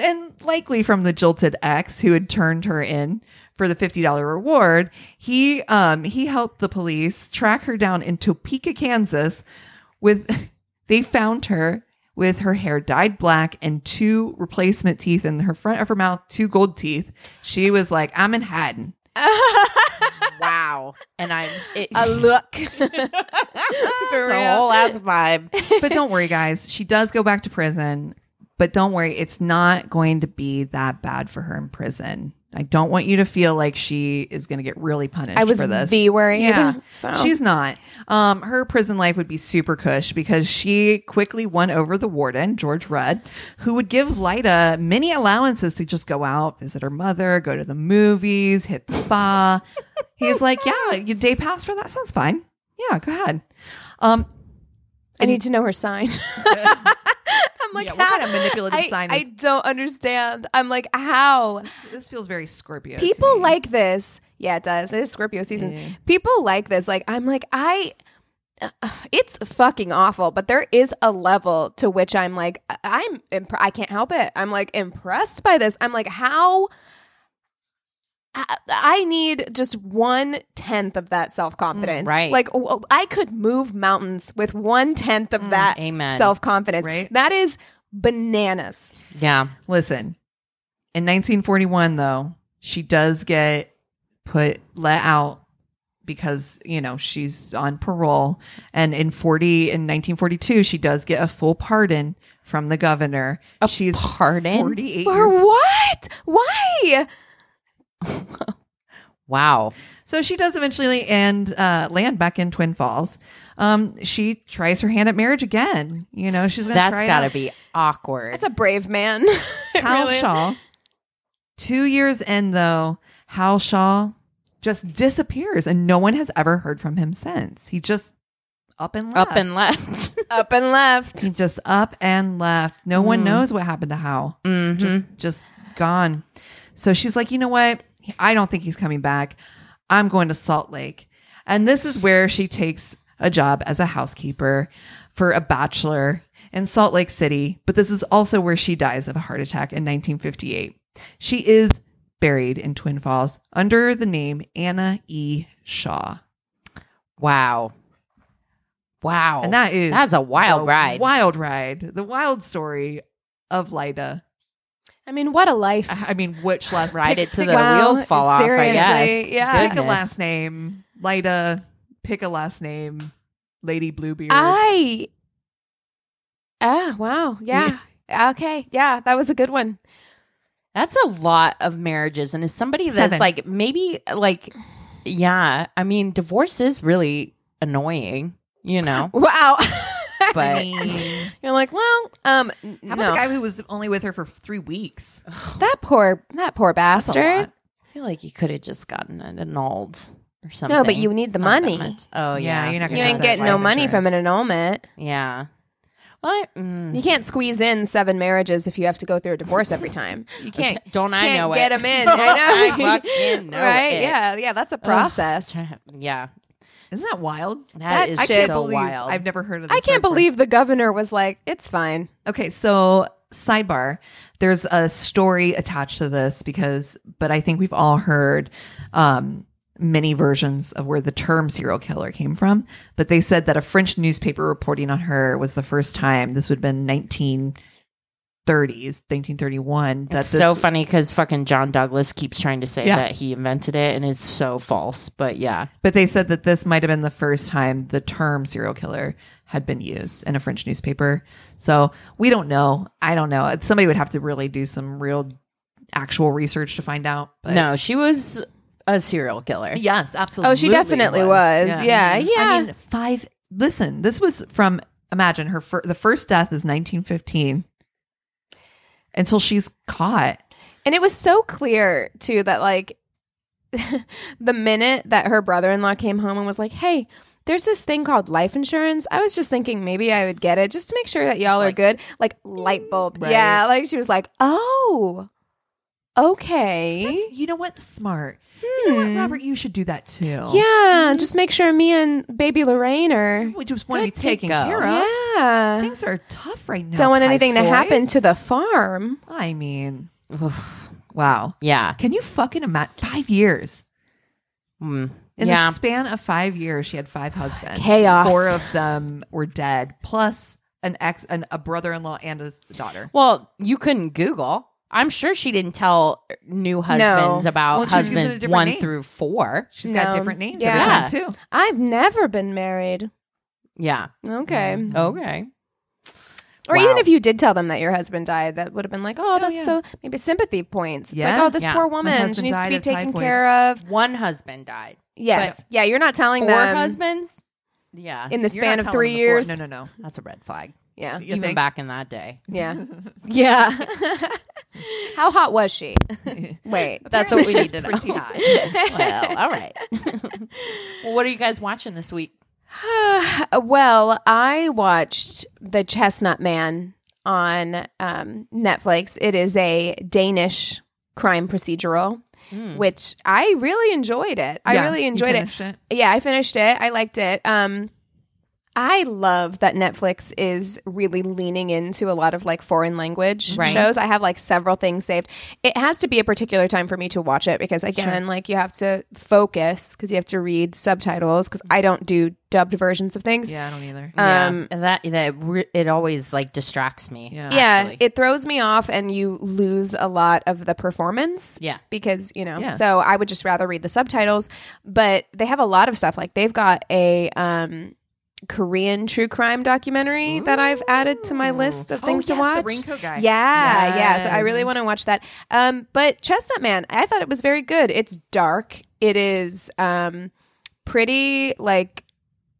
S1: and likely from the jilted ex who had turned her in for the fifty dollar reward, he um he helped the police track her down in Topeka, Kansas. With [LAUGHS] they found her with her hair dyed black and two replacement teeth in her front of her mouth, two gold teeth. She was like, "I'm in hiding."
S3: wow. And I'm it,
S2: a look.
S3: it's
S2: real.
S3: a whole ass vibe.
S1: but don't worry, guys. She does go back to prison. But don't worry, it's not going to be that bad for her in prison. I don't want you to feel like she is going to get really punished
S2: I was
S1: for this.
S2: the worried. [LAUGHS]
S1: Yeah.
S2: So
S1: She's not. Um, her prison life would be super cush because she quickly won over the warden, George Rudd, who would give Lyda many allowances to just go out, visit her mother, go to the movies, hit the spa. He's like, Yeah, your day pass for that sounds fine. Yeah, go ahead. Um,
S2: I need to know her sign. [LAUGHS] I'm like,
S1: Yeah, what
S2: how?
S1: kind of manipulative
S2: I,
S1: sign
S2: I
S1: is-
S2: don't understand. I'm like, how?
S1: this feels very Scorpio. to
S2: People
S1: me.
S2: like this. Yeah, it does. It is Scorpio season. People like this. Like, I'm like, I. uh, It's fucking awful, but there is a level to which I'm like, I- I'm, imp- I can't help it. I'm like impressed by this. I'm like, how? I, I need just one tenth of that self confidence.
S3: Mm, right.
S2: Like, w- w- I could move mountains with one tenth of that
S3: Mm, amen.
S2: self confidence.
S1: Right.
S2: That is bananas.
S3: Yeah.
S1: Listen, in 1941, though, she does get put let out because you know she's on parole, and in 40 in 1942, she does get a full pardon from the governor. she's
S3: pardon?
S1: 48
S2: For
S1: years.
S2: what? Why?
S3: Wow.
S1: So she does eventually and uh, land back in Twin Falls. Um, she tries her hand at marriage again. You know she's gonna
S3: That's
S1: try it
S3: got to
S1: out.
S3: be awkward.
S2: That's a brave man. [LAUGHS] It
S1: Hal
S2: really is.
S1: Shaw. Two years in, though, Hal Shaw just disappears and no one has ever heard from him since. He just up and left.
S3: Up
S1: [LAUGHS]
S3: and left.
S1: Uh,
S2: Up and left.
S1: he just up and left. No
S3: Mm.
S1: one knows what happened to Hal.
S3: Mhm.
S1: Just just gone. So she's like, you know what? I don't think he's coming back. I'm going to Salt Lake. And this is where she takes a job as a housekeeper for a bachelor in Salt Lake City. But this is also where she dies of a heart attack in 1958. She is buried in Twin Falls under the name Anna E. Shaw.
S3: wow. Wow.
S1: And that is
S3: Oh, That's a wild
S1: the
S3: ride.
S1: Wild ride. The wild story of Lida.
S2: I mean, what a life.
S1: I I mean, which last
S3: Ride
S1: pick-
S3: it till
S1: pick-
S3: the
S2: Wow,
S3: wheels fall off, I
S2: seriously,
S3: guess.
S2: yeah.
S1: Pick a
S3: Goodness.
S1: last name, Lida. Pick a last name, Lady Bluebeard. [LAUGHS]
S2: I. Ah, wow. Yeah. Okay. Yeah, that was a good one.
S3: That's a lot of marriages. And as somebody that's
S1: Seven.
S3: like, maybe like, yeah, I mean, divorce is really annoying, you know,
S1: [LAUGHS]
S2: [LAUGHS] Wow.
S3: but
S2: You're like, well, um, n-
S1: How about
S2: no.
S1: the guy who was only with her for three weeks?
S2: that poor, that poor bastard.
S3: I feel like you could have just gotten an annulled or something.
S2: No, but you need
S3: It's
S2: the
S3: not that
S2: money.
S3: much. Oh,
S1: Yeah,
S3: yeah.
S1: you're not
S2: You
S1: Yeah,
S2: ain't
S1: that's
S2: getting
S1: life
S2: no money from an
S1: insurance.
S2: annulment.
S3: Yeah. Well, I- mm.
S2: You can't squeeze in seven marriages if you have to go through a divorce every time. You can't.
S3: Don't I
S2: can't
S3: know
S2: get
S3: it?
S2: 'em in. [LAUGHS]
S3: [LAUGHS]
S2: I know.
S3: I fucking know
S2: right?
S3: it.
S2: Yeah, yeah. That's a process.
S3: Yeah.
S1: Isn't that wild?
S2: That
S3: that is
S2: I
S3: so
S2: can't
S1: believe
S3: wild.
S1: I've never heard of. This
S2: I can't
S1: word for-
S2: believe the governor was like, "It's fine."
S1: Okay, so sidebar. There's a story attached to this because, but I think we've all heard um, many versions of where the term serial killer came from. But they said that a French newspaper reporting on her was the first time. This would have been 1930s, 1931.
S3: That's
S1: this-
S3: so funny because fucking John Douglas keeps trying to say
S1: Yeah.
S3: that he invented it and it's so false. But yeah,
S1: But they said that this might have been the first time the term serial killer had been used in a French newspaper. So we don't know. I don't know. Somebody would have to really do some real actual research to find out. But
S3: no, she was a serial killer.
S1: Yes, absolutely.
S2: Oh, she definitely was. Yeah, yeah.
S1: I mean, five. Listen, this was from. Imagine her. Fir- the first death is 1915. Until she's caught.
S2: and it was so clear too that like [LAUGHS] the minute that her brother-in-law came home and was like, "Hey." There's this thing called life insurance. I was just thinking maybe I would get it just to make sure that y'all are good. Like light bulb.
S1: Right.
S2: Yeah. Like she was like, oh, okay.
S1: That's- you know what? Smart. You know what, Robert? You should do that too.
S2: Hmm. Yeah, just make sure me and baby Lorraine are.
S1: We just want to be
S3: Good to
S1: taken
S3: go.
S1: care of.
S2: Yeah.
S1: Things are tough right now.
S2: Uh, Don't want anything to happen
S1: typhoid.
S2: to the farm.
S1: I mean,
S3: Oof.
S1: wow.
S3: yeah.
S1: Can you fucking imagine? Five years.
S3: Mm.
S1: In
S3: yeah.
S1: the span of five years, she had five husbands.
S2: Chaos.
S1: Four of them were dead, plus an ex, an, a brother-in-law, and a s- daughter.
S3: well, you couldn't Google. I'm sure she didn't tell new husbands about
S1: Well, she's using a
S3: husband
S1: different
S3: one
S1: name.
S3: through four.
S1: She's got
S2: No.
S1: different names
S2: Yeah.
S1: every time too.
S2: I've never been married.
S3: Yeah.
S2: Okay.
S3: Okay.
S2: Or
S3: Wow.
S2: even if you did tell them that your husband died, that would have been like, oh, that's
S1: yeah.
S2: so maybe sympathy points. It's
S1: Yeah.
S2: like, oh, this
S3: Yeah.
S2: poor
S3: My
S2: woman, she
S1: husband
S2: needs
S1: died
S2: to be
S1: of
S2: taken
S1: typhoid.
S2: care of.
S3: One husband died.
S2: Yes. yeah, you're not telling
S3: Four
S2: them.
S3: husbands? Yeah.
S1: You're
S2: In the
S1: not
S2: span of
S1: telling
S2: three
S1: the four-
S2: years.
S1: No, no, no.
S3: That's a red flag.
S1: [LAUGHS]
S2: Yeah.
S1: You
S3: Even
S1: think?
S3: back in that day.
S2: Yeah. yeah. [LAUGHS] How hot was
S1: [LAUGHS]
S2: she? Wait. [SIGHS]
S3: That's what we need to know.
S1: Pretty hot.
S3: [LAUGHS] well, all right. well, what are you guys watching this week?
S2: well, I watched The Chestnut Man on um, Netflix. It is a Danish crime procedural, which I really enjoyed it. I
S1: Hmm. Yeah,
S2: really
S1: you
S2: enjoyed it.
S1: finished it?
S2: Yeah, I finished it. I liked it. Um, I love that Netflix is really leaning into a lot of like foreign language
S3: Right.
S2: shows. I have like several things saved. It has to be a particular time for me to watch it because again, like you have to focus because you have to read subtitles because I don't do dubbed versions of things.
S1: Yeah, I don't either.
S2: Um,
S3: yeah, that that re- it always like distracts me.
S1: Yeah.
S2: Yeah,
S3: actually.
S2: it throws me off, and you lose a lot of the performance.
S3: Yeah.
S2: because you know.
S1: Yeah.
S2: So I would just rather read the subtitles, but they have a lot of stuff. Like they've got a um, Korean true crime documentary that I've added to my list of
S1: Oh,
S2: things to
S1: yes, the
S2: watch.
S1: raincoat guy.
S2: Yeah, yeah. So I really
S1: Yes.
S2: want to watch that. Um, but Chestnut Man, I thought it was very good. It's dark. It is um, pretty like